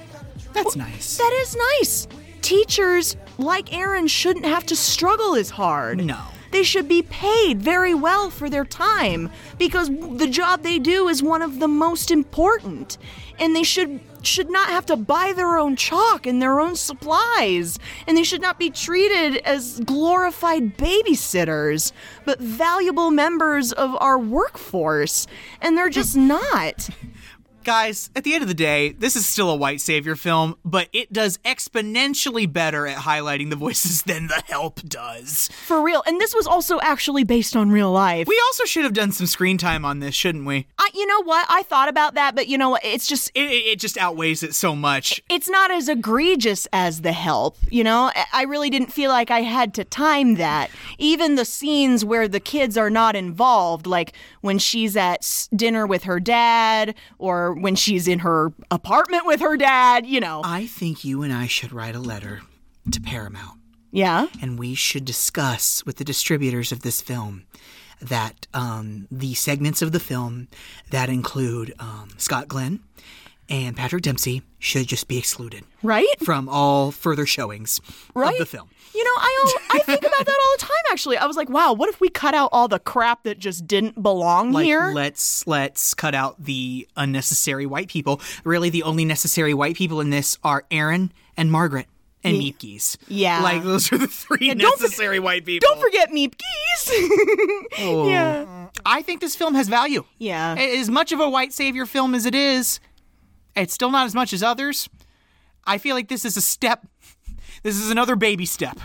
[SPEAKER 2] That's well, nice.
[SPEAKER 1] That is nice. Teachers like Aaron shouldn't have to struggle as hard.
[SPEAKER 2] No.
[SPEAKER 1] They should be paid very well for their time because the job they do is one of the most important and they should should not have to buy their own chalk and their own supplies, and they should not be treated as glorified babysitters, but valuable members of our workforce, and they're
[SPEAKER 2] *laughs*
[SPEAKER 1] just not.
[SPEAKER 2] Guys, at the end of the day, this is still a white savior film, but it does exponentially better at highlighting the voices *laughs* than The Help does.
[SPEAKER 1] For real. And this was also actually based on real life.
[SPEAKER 2] We also should have done some screen time on this, shouldn't we?
[SPEAKER 1] I, you know what? I thought about that, but you know what? It's just.
[SPEAKER 2] It, it, just outweighs it so much.
[SPEAKER 1] It's not as egregious as The Help, you know? I really didn't feel like I had to time that. Even the scenes where the kids are not involved, like when she's at dinner with her dad or when she's in her apartment with her dad, you know.
[SPEAKER 2] I think you and I should write a letter to Paramount.
[SPEAKER 1] Yeah.
[SPEAKER 2] And we should discuss with the distributors of this film that um, the segments of the film that include um, Scott Glenn and Patrick Dempsey should just be excluded
[SPEAKER 1] right
[SPEAKER 2] from all further showings
[SPEAKER 1] Right?
[SPEAKER 2] of the film.
[SPEAKER 1] You know, I al- I think about that all the time. Actually, I was like, wow, what if we cut out all the crap that just didn't belong
[SPEAKER 2] Like
[SPEAKER 1] here?
[SPEAKER 2] let's let's cut out the unnecessary white people. Really, the only necessary white people in this are Aaron and Margaret and
[SPEAKER 1] Ye-
[SPEAKER 2] Meep Geese.
[SPEAKER 1] yeah.
[SPEAKER 2] like those are the three
[SPEAKER 1] Yeah, don't for-
[SPEAKER 2] necessary white people.
[SPEAKER 1] Don't forget Meep Geese.
[SPEAKER 2] Oh.
[SPEAKER 1] Yeah.
[SPEAKER 2] I think this film has value.
[SPEAKER 1] *laughs* Yeah.
[SPEAKER 2] A- As much of a white savior film as it is, it's still not as much as others. I feel like this is a step. *laughs* This is another baby step.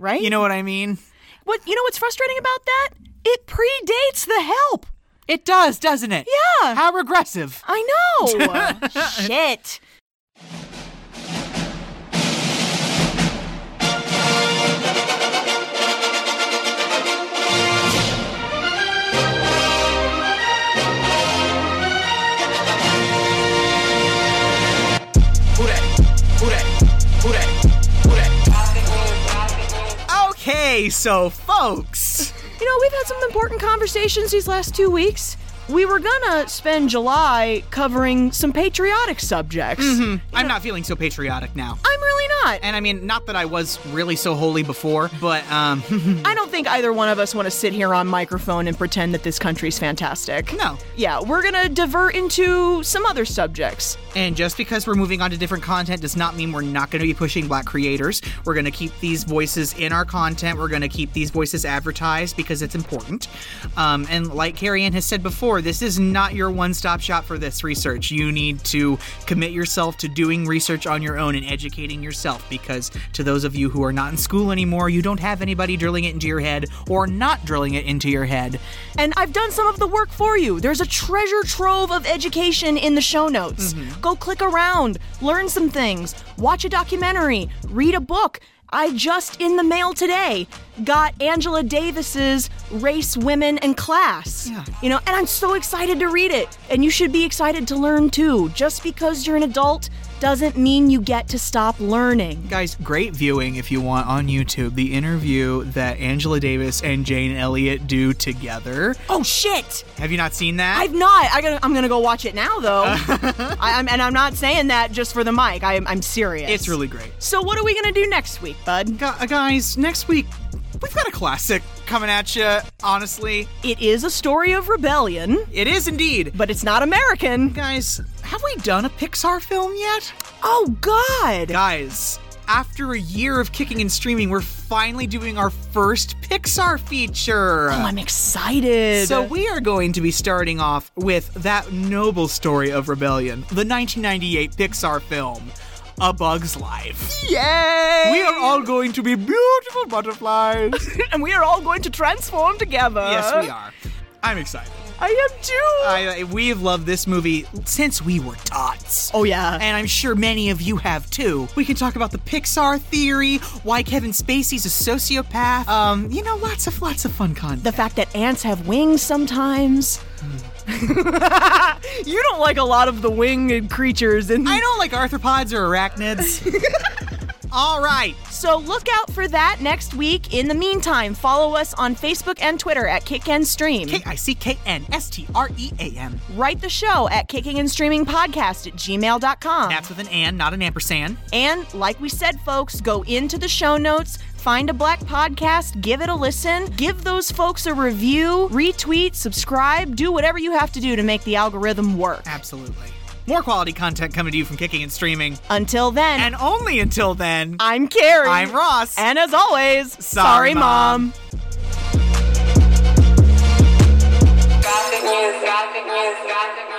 [SPEAKER 1] Right?
[SPEAKER 2] You know what I mean?
[SPEAKER 1] What you know what's frustrating about that? It predates the help.
[SPEAKER 2] It does, doesn't it?
[SPEAKER 1] Yeah.
[SPEAKER 2] How regressive.
[SPEAKER 1] I know. Shit.
[SPEAKER 2] Okay, so folks.
[SPEAKER 1] You know, we've had some important conversations these last two weeks. We were gonna spend July covering some patriotic subjects.
[SPEAKER 2] I'm not feeling so patriotic now.
[SPEAKER 1] I'm really not.
[SPEAKER 2] And I mean, not that I was really so holy before, but um,
[SPEAKER 1] I don't think either one of us want to sit here on microphone and pretend that this country's fantastic.
[SPEAKER 2] No.
[SPEAKER 1] Yeah, we're going to divert into some other subjects.
[SPEAKER 2] And just because we're moving on to different content does not mean we're not going to be pushing black creators. We're going to keep these voices in our content. We're going to keep these voices advertised because it's important. Um, and like Carrie Ann has said before, this is not your one stop shop for this research. You need to commit yourself to doing research on your own and educating yourself because to those of you who are not in school anymore, you don't have anybody drilling it into your head or not drilling it into your head.
[SPEAKER 1] And I've done some of the work for you. There's a treasure trove of education in the show notes. Go click around, learn some things, watch a documentary, read a book. I just in the mail today got Angela Davis's Race, Women, and Class. Yeah. You know, and I'm so excited to read it. And you should be excited to learn too. Just because you're an adult doesn't mean you get to stop learning.
[SPEAKER 2] Guys, great viewing if you want on YouTube the interview that Angela Davis and Jane Elliott do together.
[SPEAKER 1] Oh shit!
[SPEAKER 2] Have you not seen that?
[SPEAKER 1] I've not. I gotta, I'm gonna go watch it now,
[SPEAKER 2] *laughs*
[SPEAKER 1] though. I, I'm, and I'm not saying that just for the mic. I'm, I'm serious.
[SPEAKER 2] It's really great. uh,
[SPEAKER 1] So what are we gonna do next week, bud?
[SPEAKER 2] guys, next week we've got a classic coming at you. Honestly,
[SPEAKER 1] it is a story of rebellion.
[SPEAKER 2] It is indeed,
[SPEAKER 1] but it's not American.
[SPEAKER 2] Guys, have we done a Pixar film yet?
[SPEAKER 1] Oh God,
[SPEAKER 2] guys! After a year of kicking and streaming, we're finally doing our first Pixar feature. Oh,
[SPEAKER 1] I'm excited.
[SPEAKER 2] So we are going to be starting off with that noble story of rebellion, the 1998 Pixar film, A Bug's Life.
[SPEAKER 1] Yay!
[SPEAKER 2] We are all going to be beautiful butterflies.
[SPEAKER 1] and we are all going to transform together.
[SPEAKER 2] *laughs* yes, we are. I'm excited.
[SPEAKER 1] I am too.
[SPEAKER 2] I, I- we have loved this movie since we were tots.
[SPEAKER 1] Oh, yeah.
[SPEAKER 2] And I'm sure many of you have too. We can talk about the Pixar theory, why Kevin Spacey's a sociopath. Um, you know, lots of lots of fun content.
[SPEAKER 1] The fact that ants have wings sometimes.
[SPEAKER 2] Hmm.
[SPEAKER 1] *laughs* you don't like a lot of the winged creatures in. I
[SPEAKER 2] don't like arthropods or *laughs* arachnids. All right.
[SPEAKER 1] So look out for that next week. In the meantime, follow us on Facebook and Twitter at Kick and Stream. K
[SPEAKER 2] I C K N S T R E A M.
[SPEAKER 1] Write the show at kicking and streaming podcast at gmail.com. That's
[SPEAKER 2] with an and, not an ampersand.
[SPEAKER 1] And like we said, folks, go into the show notes, find a black podcast, give it a listen, give those folks a review, retweet, subscribe, do whatever you have to do to make the algorithm work.
[SPEAKER 2] Absolutely. More quality content coming to you from kicking and streaming.
[SPEAKER 1] Until then.
[SPEAKER 2] And only until then.
[SPEAKER 1] I'm Carrie.
[SPEAKER 2] I'm Ross.
[SPEAKER 1] And as always, sorry, Mom.
[SPEAKER 11] Gossip news, gossip news, gossip news.